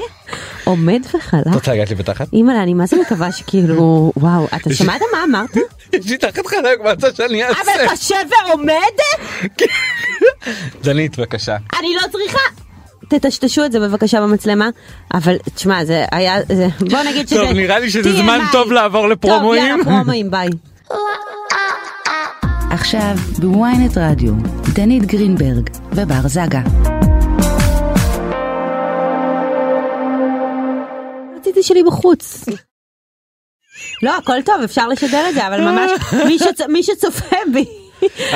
עומד
את
וחלק?
רוצה לגעת לי בתחת?
אימא'לה, אני מה זה מקווה שכאילו, וואו, אתה שמעת מה אמרת?
יש לי תחת חלק מה אתה שאני אעשה?
אבל קשה ועומד?
דנית בבקשה.
אני לא צריכה. תטשטשו את זה בבקשה במצלמה, אבל תשמע, זה היה, זה, בוא נגיד שזה...
טוב, נראה לי שזה
TMI.
זמן טוב לעבור לפרומואים.
טוב, יאללה, פרומואים, ביי.
עכשיו בוויינט רדיו, דנית גרינברג ובר זגה.
רציתי שלי בחוץ. לא, הכל טוב, אפשר לשדר את זה, אבל ממש, מי שצ- מי שצופה בי...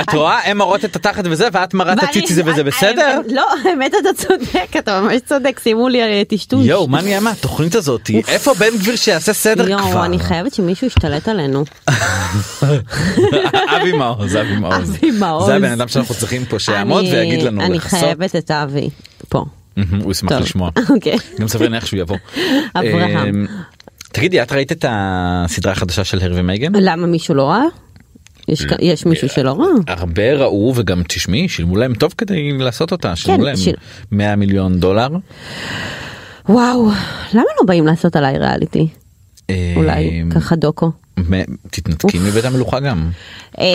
את רואה הם מראות את התחת וזה ואת מראה את הציצי זה וזה
אני-
בסדר?
לא, האמת אתה צודק, אתה ממש צודק, שימו לי אה, טשטוש.
יואו מה נהיה מה התוכנית הזאת איפה בן גביר שיעשה סדר
יואו,
כבר?
אני חייבת שמישהו ישתלט עלינו.
אבי מעוז אבי מעוז.
אבי מעוז.
זה הבן אדם שאנחנו צריכים פה שיעמוד
אני-
ויגיד לנו
אני
לכסות.
חייבת את אבי פה.
מהמם, הוא ישמח
טוב.
לשמוע.
אוקיי.
גם סביר להניח שהוא יבוא.
אברהם.
אה, תגידי את ראית את הסדרה החדשה של הרווי מייגן?
למה מישהו לא ראה? יש כ- יש
אה,
מישהו שלא ראה?
הרבה ראו וגם תשמעי שילמו להם טוב כדי לעשות אותה
כן,
שילמו להם
שיל-
100 מיליון דולר.
וואו, למה לא באים לעשות עליי ריאליטי?
אה,
אולי ככה דוקו.
מ- תתנתקי מבית המלוכה גם.
אה,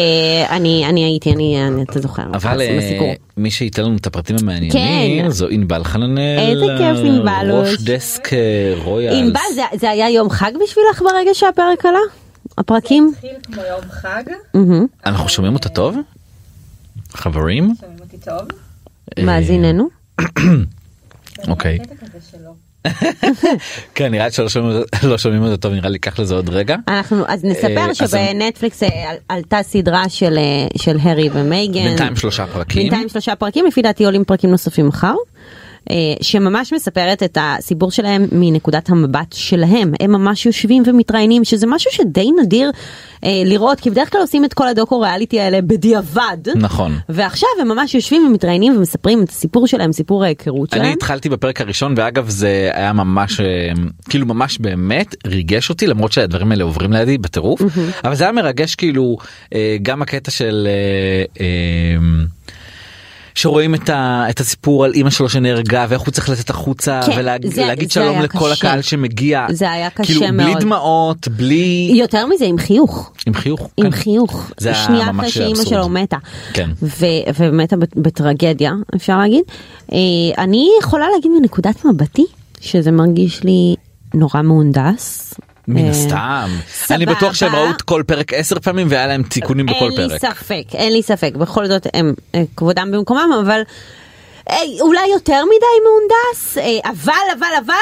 אני אני הייתי, אני, אני- אתה זוכר.
אבל
אז בסיפור.
אה, מי שייתן לנו את הפרטים המעניינים
כן.
זו ענבל חננאל. אה,
איזה כיף, ענבל.
ראש דסק אה, רויאלס.
ענבל, זה, זה היה יום חג בשבילך ברגע שהפרק עלה? הפרקים?
התחיל כמו יום חג,
מהמם.
אנחנו שומעים אותה טוב? חברים?
שומעים אותי טוב?
אה,
מאזיננו?
אוקיי.
הקטע כזה שלא.
כן נראה לי שלא שומעים- לא שומעים אותה טוב נראה לי ייקח לזה עוד רגע.
אנחנו אז
אה,
נספר
אז
שבנטפליקס אה, על- עלתה סדרה של אה, של הרי ומייגן.
בינתיים שלושה פרקים.
בינתיים שלושה פרקים, לפי דעתי עולים פרקים נוספים מחר. אה, שממש מספרת את הסיפור שלהם מנקודת המבט שלהם. הם ממש יושבים ומתראיינים, שזה משהו שדי נדיר אה, לראות, כי בדרך כלל עושים את כל הדוקו ריאליטי האלה בדיעבד.
נכון.
ועכשיו הם ממש יושבים ומתראיינים ומספרים את הסיפור שלהם, סיפור ההיכרות
אני
שלהם.
התחלתי בפרק הראשון ואגב זה היה ממש אה, כאילו ממש באמת ריגש אותי למרות שהדברים האלה עוברים לידי בטירוף אבל זה היה מרגש כאילו אה, גם הקטע של. אה, אה, שרואים את, ה, את הסיפור על אימא שלו שנהרגה ואיך הוא צריך לצאת החוצה
כן,
ולהגיד
זה-
להגיד
זה
שלום
היה
לכל
קשה.
הקהל שמגיע
זה היה קשה
כאילו בלי
מאוד.
דמעות בלי
יותר מזה, עם חיוך.
עם חיוך
עם
כן.
חיוך,
זה היה
שנייה אחרי
ממש
שאימא
אבסורד.
שלו מתה,
כן.
ו- ומתה בת- בטרגדיה אפשר להגיד. אה, אני יכולה להגיד מנקודת מבטי שזה מרגיש לי נורא מהונדס.
מן
אה,
הסתם אני
סבבה.
בטוח שהם ראו את כל פרק 10 פעמים והיה להם תיקונים בכל
אין
פרק.
לי ספק, אין לי ספק, בכל זאת הם אה, כבודם במקומם, אבל אה, אולי יותר מדי מהונדס, אה, אבל אבל אבל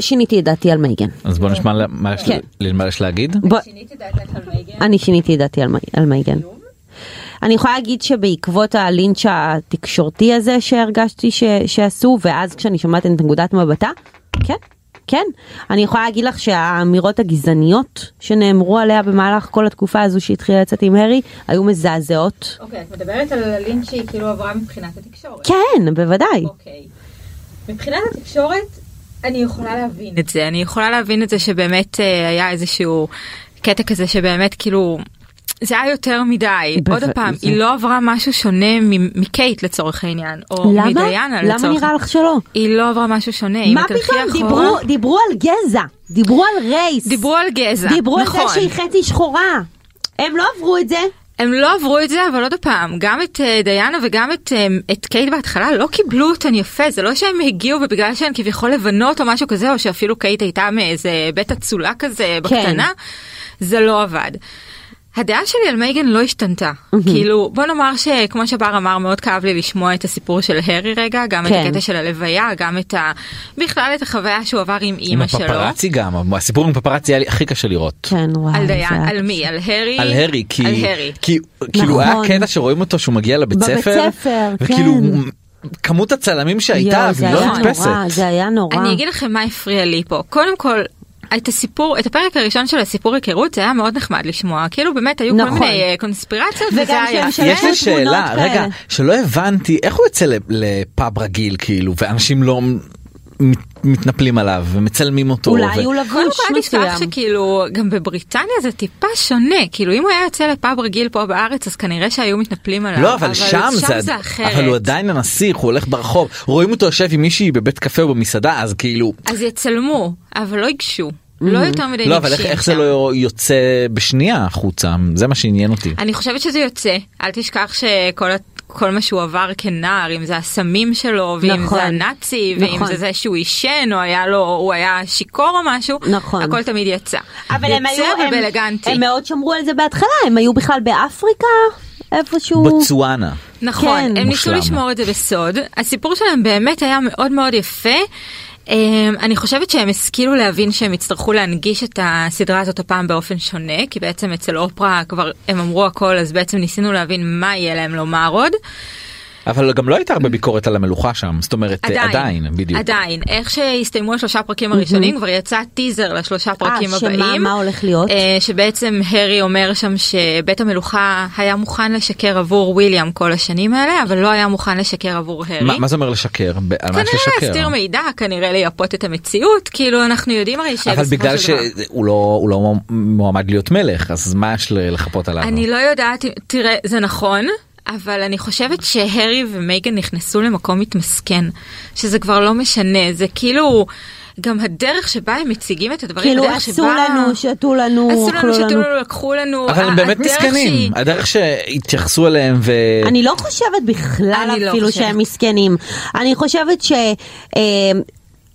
שיניתי את דעתי על מייגן.
אז בוא נשמע לה- מה יש
כן.
לה- מה יש להגיד.
בוא-
שיניתי את דעתך על מייגן.
אני שיניתי את דעתי על, מי- על מייגן. אני יכולה להגיד שבעקבות הלינץ' התקשורתי הזה שהרגשתי ש, שעשו, ואז כשאני שומעת את נקודת מבטה, כן, כן. אני יכולה להגיד לך שהאמירות הגזעניות שנאמרו עליה במהלך כל התקופה הזו שהתחילה לצאת עם הרי, היו מזעזעות.
אוקיי, את מדברת על הלינץ' שהיא כאילו עברה מבחינת התקשורת.
כן, בוודאי.
אוקיי. מבחינת התקשורת, אני יכולה להבין את זה. אני יכולה להבין את זה שבאמת אה, היה איזשהו קטע כזה שבאמת כאילו... זה היה יותר מדי,
בב-
עוד פעם,
זה-
היא לא עברה משהו שונה מ- מקייט לצורך העניין, או
למה?
מדיאנה לצורך
למה נראה לך שלא?
היא לא עברה משהו שונה, אם
מה
את תלכי
פתאום?
אחורה-
דיברו, דיברו על גזע, דיברו על רייס,
דיברו על גזע,
דיברו
נכון.
על זה שהיא חצי שחורה. הם לא עברו את זה.
הם לא עברו את זה, אבל עוד פעם, גם את אה, דיאנה וגם את, אה, את קייט בהתחלה לא קיבלו אותן יפה, זה לא שהם הגיעו ובגלל שהן כביכול לבנות או משהו כזה, או שאפילו קייט הייתה מאיזה בית אצולה כזה
כן.
בקטנה, זה לא עבד. הדעה שלי על מייגן לא השתנתה. כאילו, בוא נאמר שכמו שבר אמר, מאוד כאב לי לשמוע את הסיפור של הרי רגע, גם
כן.
את הקטע של הלוויה, גם את ה... בכלל את החוויה שהוא עבר עם
עם
אימא שלו.
הפפרצי גם הסיפור עם הפפרצי היה לי הכי קשה לראות.
כן, וואי.
על
זה
דיין,
היה
על מי? על הרי?
על הרי כי
על הרי.
כי כאילו היה
נכון.
קטע שרואים אותו שהוא מגיע לבית
בבית
ספר
ספר,
וכאילו
כן.
כמות הצלמים שהייתה
יואו,
והיא לא
היה
נתפסת.
נורא, זה היה נורא.
אני אגיד לכם מה הפריע לי פה. קודם כל... את הסיפור, את הפרק הראשון של הסיפור היכרות, זה היה מאוד נחמד לשמוע. כאילו באמת היו
נכון.
כל מיני אה, קונספירציות,
וגם
וזה היה...
שהם
יפה.
שלחו
יש לי
תמונות
שאלה
כאלה.
רגע שלא הבנתי איך הוא יוצא ל- לפאב רגיל כאילו ואנשים לא מ- מתנפלים עליו ומצלמים אותו.
אולי
ו-
הוא
קודם
לבוש
כל אל תשכח
מסוים.
שכאילו, גם בבריטניה זה טיפה שונה. כאילו, אם הוא היה יוצא לפאב רגיל פה בארץ, אז כנראה שהיו מתנפלים עליו.
לא אבל שם זה
זה
עד-
אחרת.
אבל הוא עדיין הנסיך הוא הולך ברחוב רואים אותו יושב עם מישהי בבית קפה או במסעדה אז כאילו
אז יצלמו, אבל לא ייגשו.
Mm.
לא יותר מדי
לא אבל איך-
ניגשים
איך זה
שם.
לא יוצא בשנייה החוצה זה מה שעניין אותי.
אני חושבת שזה יוצא, אל תשכח שכל ה- כל מה שהוא עבר כנער, אם זה הסמים שלו, ואם
נכון.
זה הנאצי, ואם
נכון.
זה זה שהוא עישן, או היה לו, הוא היה שיכור או משהו,
נכון.
הכל תמיד יצא.
אבל הם היו,
יצא
הם-
ובאלגנטי.
הם מאוד שמרו על זה בהתחלה, הם היו בכלל באפריקה, איפשהו.
בצואנה.
נכון,
כן.
הם ניסו
מושלם.
לשמור את זה בסוד. הסיפור שלהם באמת היה מאוד מאוד יפה. אמ, אני חושבת שהם השכילו להבין שהם יצטרכו להנגיש את הסדרה הזאת הפעם באופן שונה, כי בעצם אצל אופרה כבר הם אמרו הכל, אז בעצם ניסינו להבין מה יהיה להם לומר עוד.
אבל גם לא הייתה הרבה ביקורת על המלוכה שם, זאת אומרת,
עדיין,
עדיין, בדיוק.
עדיין, איך שהסתיימו השלושה פרקים הראשונים, כבר יצא טיזר לשלושה פרקים
אה, שמה,
הבאים.
מה הולך להיות?
אה, שבעצם הרי אומר שם שבית המלוכה היה מוכן לשקר עבור וויליאם כל השנים האלה, אבל לא היה מוכן לשקר עבור הרי.
מה מה זה אומר לשקר? ב- על מה יש
כנראה
לשקר?
להסתיר מידע, כנראה לייפות את המציאות, כאילו אנחנו יודעים הרי שבסופו
אבל
של
בגלל
דבר...
שהוא לא הוא לא מועמד להיות מלך אז מה יש ל- לחפות עליו?
אני לא יודעת, אם- תראה, זה נכון. אבל אני חושבת שהרי ומייגן נכנסו למקום מתמסכן, שזה כבר לא משנה, זה כאילו, גם הדרך שבה הם מציגים את הדברים,
כאילו
הדרך
עשו
שבה-
לנו, שתו לנו,
עשו
אכלו
לנו, שתו
לנו.
לנו, לקחו לנו,
אבל
ה-
הם באמת
הדרך
מסכנים
שהיא-
הדרך שהתייחסו אליהם ו...
אני לא חושבת בכלל
אני לא
אפילו
חושבת.
שהם מסכנים. אני חושבת ש... אה,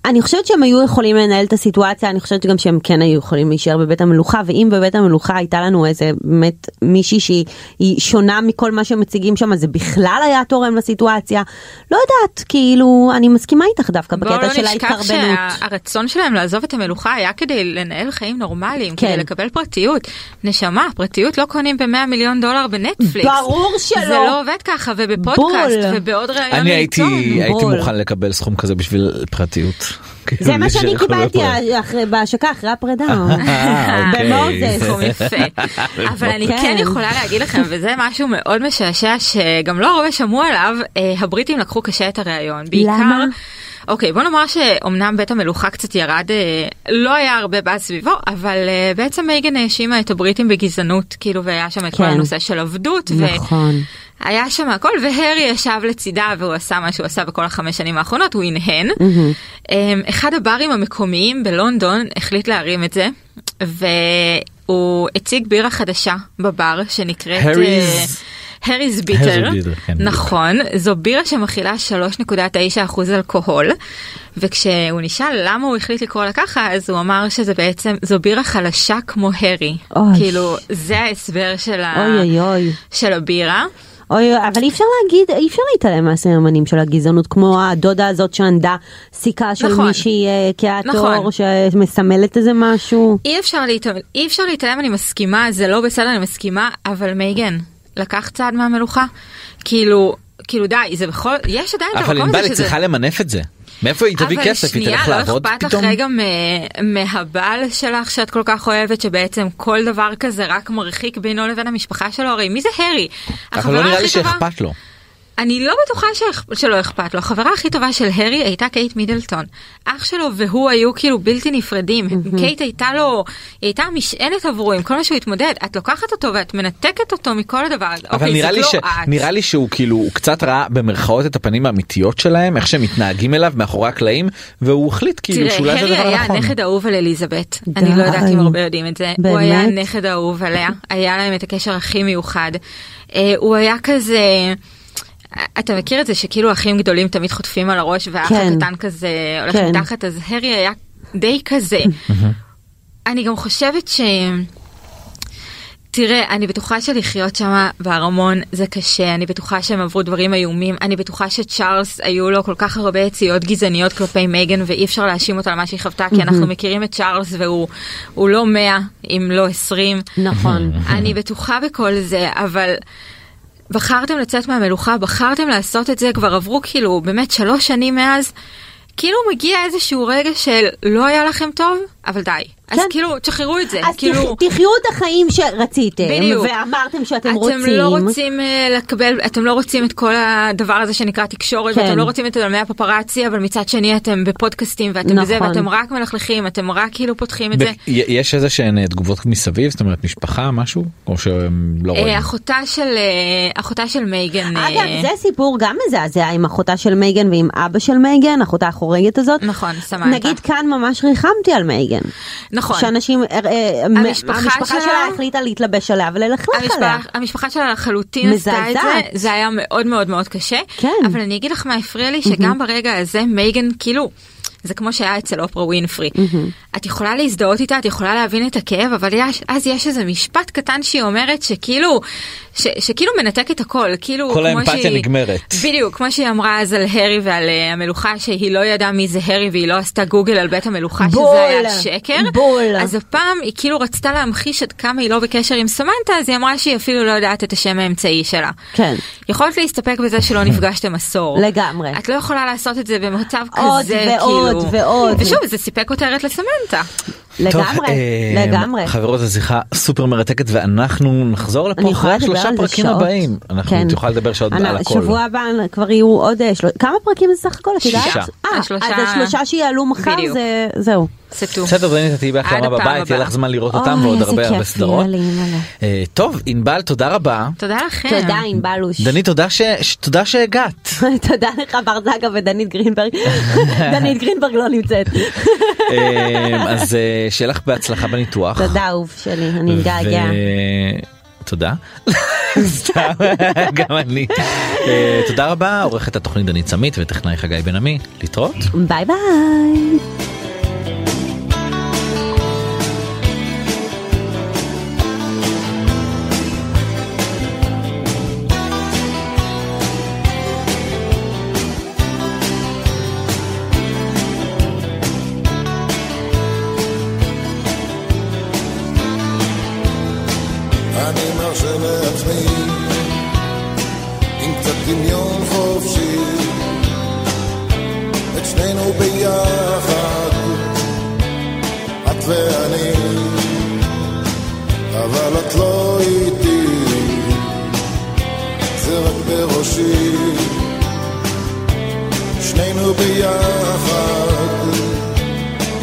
אני חושבת שהם היו יכולים לנהל את הסיטואציה, אני חושבת שגם שהם כן היו יכולים להישאר בבית המלוכה, ואם בבית המלוכה הייתה לנו איזה באמת מישהי שהיא היא שונה מכל מה שמציגים שם, אז זה בכלל היה תורם לסיטואציה. לא יודעת, כאילו, אני מסכימה איתך דווקא
בואו
בקטע
לא
של
נשכח
ההתקרבנות.
שהרצון שלהם לעזוב את המלוכה היה כדי לנהל חיים נורמליים,
כן.
כדי לקבל פרטיות. נשמה, פרטיות לא קונים ב-100 מיליון דולר בנטפליקס.
ברור שלא.
זה לא עובד ככה, ובפודקאסט,
בול.
ובעוד ראיון
אני הייתי
לעיתון.
הייתי
בול.
מוכן לקבל סכום כזה בשביל פרטיות.
זה
כאילו,
מה שאני
שאנחנו לא
קיבלתי
פה.
אחרי- בהשקה אחרי הפרידה.
אה, אוקיי.
במוזס.
סכום יפה. אבל אני
כן.
כן יכולה להגיד לכם, וזה משהו מאוד משעשע שגם לא הרבה שמעו עליו, אה, הבריטים לקחו קשה את הראיון. בעיקר...
למה?
אוקיי, בוא נאמר שאומנם בית המלוכה קצת ירד, אה, לא היה הרבה בעד סביבו, אבל אה, בעצם מייגן האשימה את הבריטים בגזענות, כאילו, והיה שם את כל
כן.
הנושא של עבדות. ו-
נכון.
היה שם הכל, והרי ישב לצידה והוא עשה מה שהוא עשה בכל החמש שנים האחרונות, הוא הנהן. אמ, אחד הברים המקומיים בלונדון החליט להרים את זה, והוא הציג בירה חדשה בבר שנקראת...
Harry's-
אה, הריס ביטר,
Harry's Bitter, כן,
נכון, זו בירה שמכילה 3.9% אלכוהול, וכשהוא נשאל למה הוא החליט לקרוא לה ככה, אז הוא אמר שזה בעצם, זו בירה חלשה כמו הרי,
אוי.
כאילו זה ההסבר של, ה...
אוי אוי אוי.
של הבירה.
אוי, אוי, אבל אי אפשר להגיד, אי אפשר להתעלם מהסממנים של הגזענות, כמו הדודה הזאת שענדה סיכה של
נכון.
מישהי אה, כעטור,
נכון.
שמסמלת איזה משהו.
אי אפשר להתעלם, אי אפשר להתעלם, אני מסכימה, זה לא בסדר, אני מסכימה, אבל מייגן, לקח צעד מהמלוכה? כאילו, כאילו די, זה בכל, יש עדיין את
אבל
המקום
ענבל היא
הזה שזה...
צריכה למנף את זה. מאיפה היא תביא כסף? היא תלך לעבוד
אבל שנייה,
פתאום?
לא אכפת לך רגע מ- מהבעל שלך שאת כל כך אוהבת, שבעצם כל דבר כזה רק מרחיק בינו לבין המשפחה שלו, הרי מי זה הרי?
אבל לא
החברה
נראה לי
הכי טובה-
שאכפת לו.
אני לא בטוחה שאכ- שלא אכפת לו. החברה הכי טובה של הרי הייתה קייט מידלטון. אח שלו והוא היו כאילו בלתי נפרדים. קייט הייתה לו, היא הייתה משענת עבורו עם כל מה שהוא התמודד. את לוקחת אותו ואת מנתקת אותו מכל הדבר. הזה.
אבל
אוקיי,
נראה
זאת
לי,
לא
ש...
את.
נראה לי שהוא כאילו הוא קצת ראה במרכאות את הפנים האמיתיות שלהם איך שהם מתנהגים אליו מאחורי הקלעים והוא החליט כאילו
תראה,
שאולי זה
הרי
הדבר
היה
הנכון.
הנכד האהוב על אליזבת.
די.
אני לא יודעת אם הרבה יודעים את זה. הוא
באמת?
היה הנכד האהוב עליה, היה להם את הקשר הכי מיוחד. אה, הוא היה כזה... אתה מכיר את זה שכאילו אחים גדולים תמיד חוטפים על הראש והאח
כן.
הקטן כזה הולך
כן.
מתחת, אז הרי היה די כזה. אני גם חושבת ש... תראה, אני בטוחה שלחיות שם בארמון זה קשה, אני בטוחה שהם עברו דברים איומים, אני בטוחה שצ'ארלס היו לו כל כך הרבה יציאות גזעניות כלפי מייגן ואי אפשר להאשים אותה על מה שהיא חוותה, כי אנחנו מכירים את צ'ארלס והוא הוא לא 100, אם לא 20.
נכון.
אני בטוחה בכל זה, אבל בחרתם לצאת מהמלוכה, בחרתם לעשות את זה, כבר עברו כאילו באמת שלוש שנים מאז. כאילו מגיע איזשהו רגע של לא היה לכם טוב, אבל די. אז
כן.
כאילו, תשחררו את זה.
אז
כאילו...
תח- תחיו את החיים שרציתם,
בדיוק.
ואמרתם שאתם
אתם
רוצים.
לא רוצים אה, לקבל, אתם לא רוצים את כל הדבר הזה שנקרא תקשורת,
כן.
ואתם לא רוצים את עולמי הפפראצי, אבל מצד שני אתם בפודקאסטים ואתם בזה,
נכון.
ואתם רק מלכלכים, אתם רק כאילו פותחים את
ב-
זה.
י- יש איזה שהן אה, תגובות מסביב זאת אומרת משפחה משהו או שהם לא
אה,
רואים.
אחותה של אה, אחותה של מייגן. אה,
אגב, זה סיפור גם מזעזע עם אחותה של מייגן ועם אבא של מייגן, אחותה החורגת הזאת.
נכון, סמנתה.
נגיד כאן ממש ריחמתי על רייגן.
נכון.
שאנשים, אה, אה,
המשפחה
המשפחה
שלה-
שלה החליטה להתלבש עליה וללכלך עליה.
המשפחה, המשפחה שלה לחלוטין עשתה את
מזעזעת.
זה, זה היה מאוד מאוד מאוד קשה.
כן. Mhm.
אבל אני אגיד לך מה הפריע לי, שגם ברגע הזה מייגן כאילו... זה כמו שהיה אצל אופרה ווינפרי.
Mhm.
את יכולה להזדהות איתה, את יכולה להבין את הכאב, אבל יש, אז יש איזה משפט קטן שהיא אומרת שכאילו, ש, שכאילו מנתק את הכל, כאילו
כל
כמו
האמפתיה
שהיא...
נגמרת.
בדיוק, כמו שהיא אמרה אז על הרי ועל אה, המלוכה, שהיא לא ידעה מי זה הרי והיא לא עשתה גוגל על בית המלוכה,
בול.
שזה היה שקר.
בול.
אז הפעם היא כאילו רצתה להמחיש עד כמה היא לא בקשר עם סמנטה, אז היא אמרה שהיא אפילו לא יודעת את השם האמצעי שלה.
כן.
יכולת להסתפק בזה שלא נפגשתם עשור.
לגמרי.
את לא יכולה לעשות את זה במצב
עוד
כזה, כאילו.
ועוד ועוד.
ושוב, זה סיפק כותרת לסמנטה.
טוב,
לגמרי,
אה,
לגמרי.
חברות, זו שיחה סופר מרתקת ואנחנו נחזור לפה
אני יכולה
אחרי
לדבר
שלושה
על זה
פרקים
שעות.
הבאים. אנחנו
כן.
תוכל לדבר שעות
אנ-
על הכל.
שבוע הבא כבר יהיו עוד אה, של... כמה פרקים זה סך הכל? את יודעת?
שישה.
אה,
השלושה-
אז השלושה שיעלו מחר
בדיוק.
זה... זהו.
סטו.
בסדר, דנית, תהיי
עד
בהחלמה
הפעם
בבית, יהיה
הבאה.
לך זמן לראות
אוי,
אותם ועוד
איזה
הרבה
כיף,
הרבה סדרות.
יאללה, יאללה.
אה, טוב, ענבל, תודה רבה.
תודה לכם.
תודה ענבלוש.
דנית, תודה ש- ש- תודה שהגעת.
תודה לך בר זגה ודנית גרינברג. דנית גרינברג לא נמצאת.
אה, אז אה, שיהיה לך בהצלחה בניתוח.
תודה אהוב שלי, אני מתגעגע.
ו- תודה. סתם, גם אני. אה, תודה רבה, עורכת התוכנית דנית סמית וטכנאי חגי בן עמי. להתראות.
ביי ביי.
אני מרשה לעצמי עם קצת דמיון חופשי את שנינו ביחד את ואני אבל את לא איתי זה רק בראשי שנינו ביחד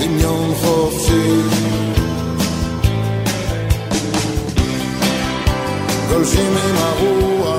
דמיון חופשי e גולשים עם הרוח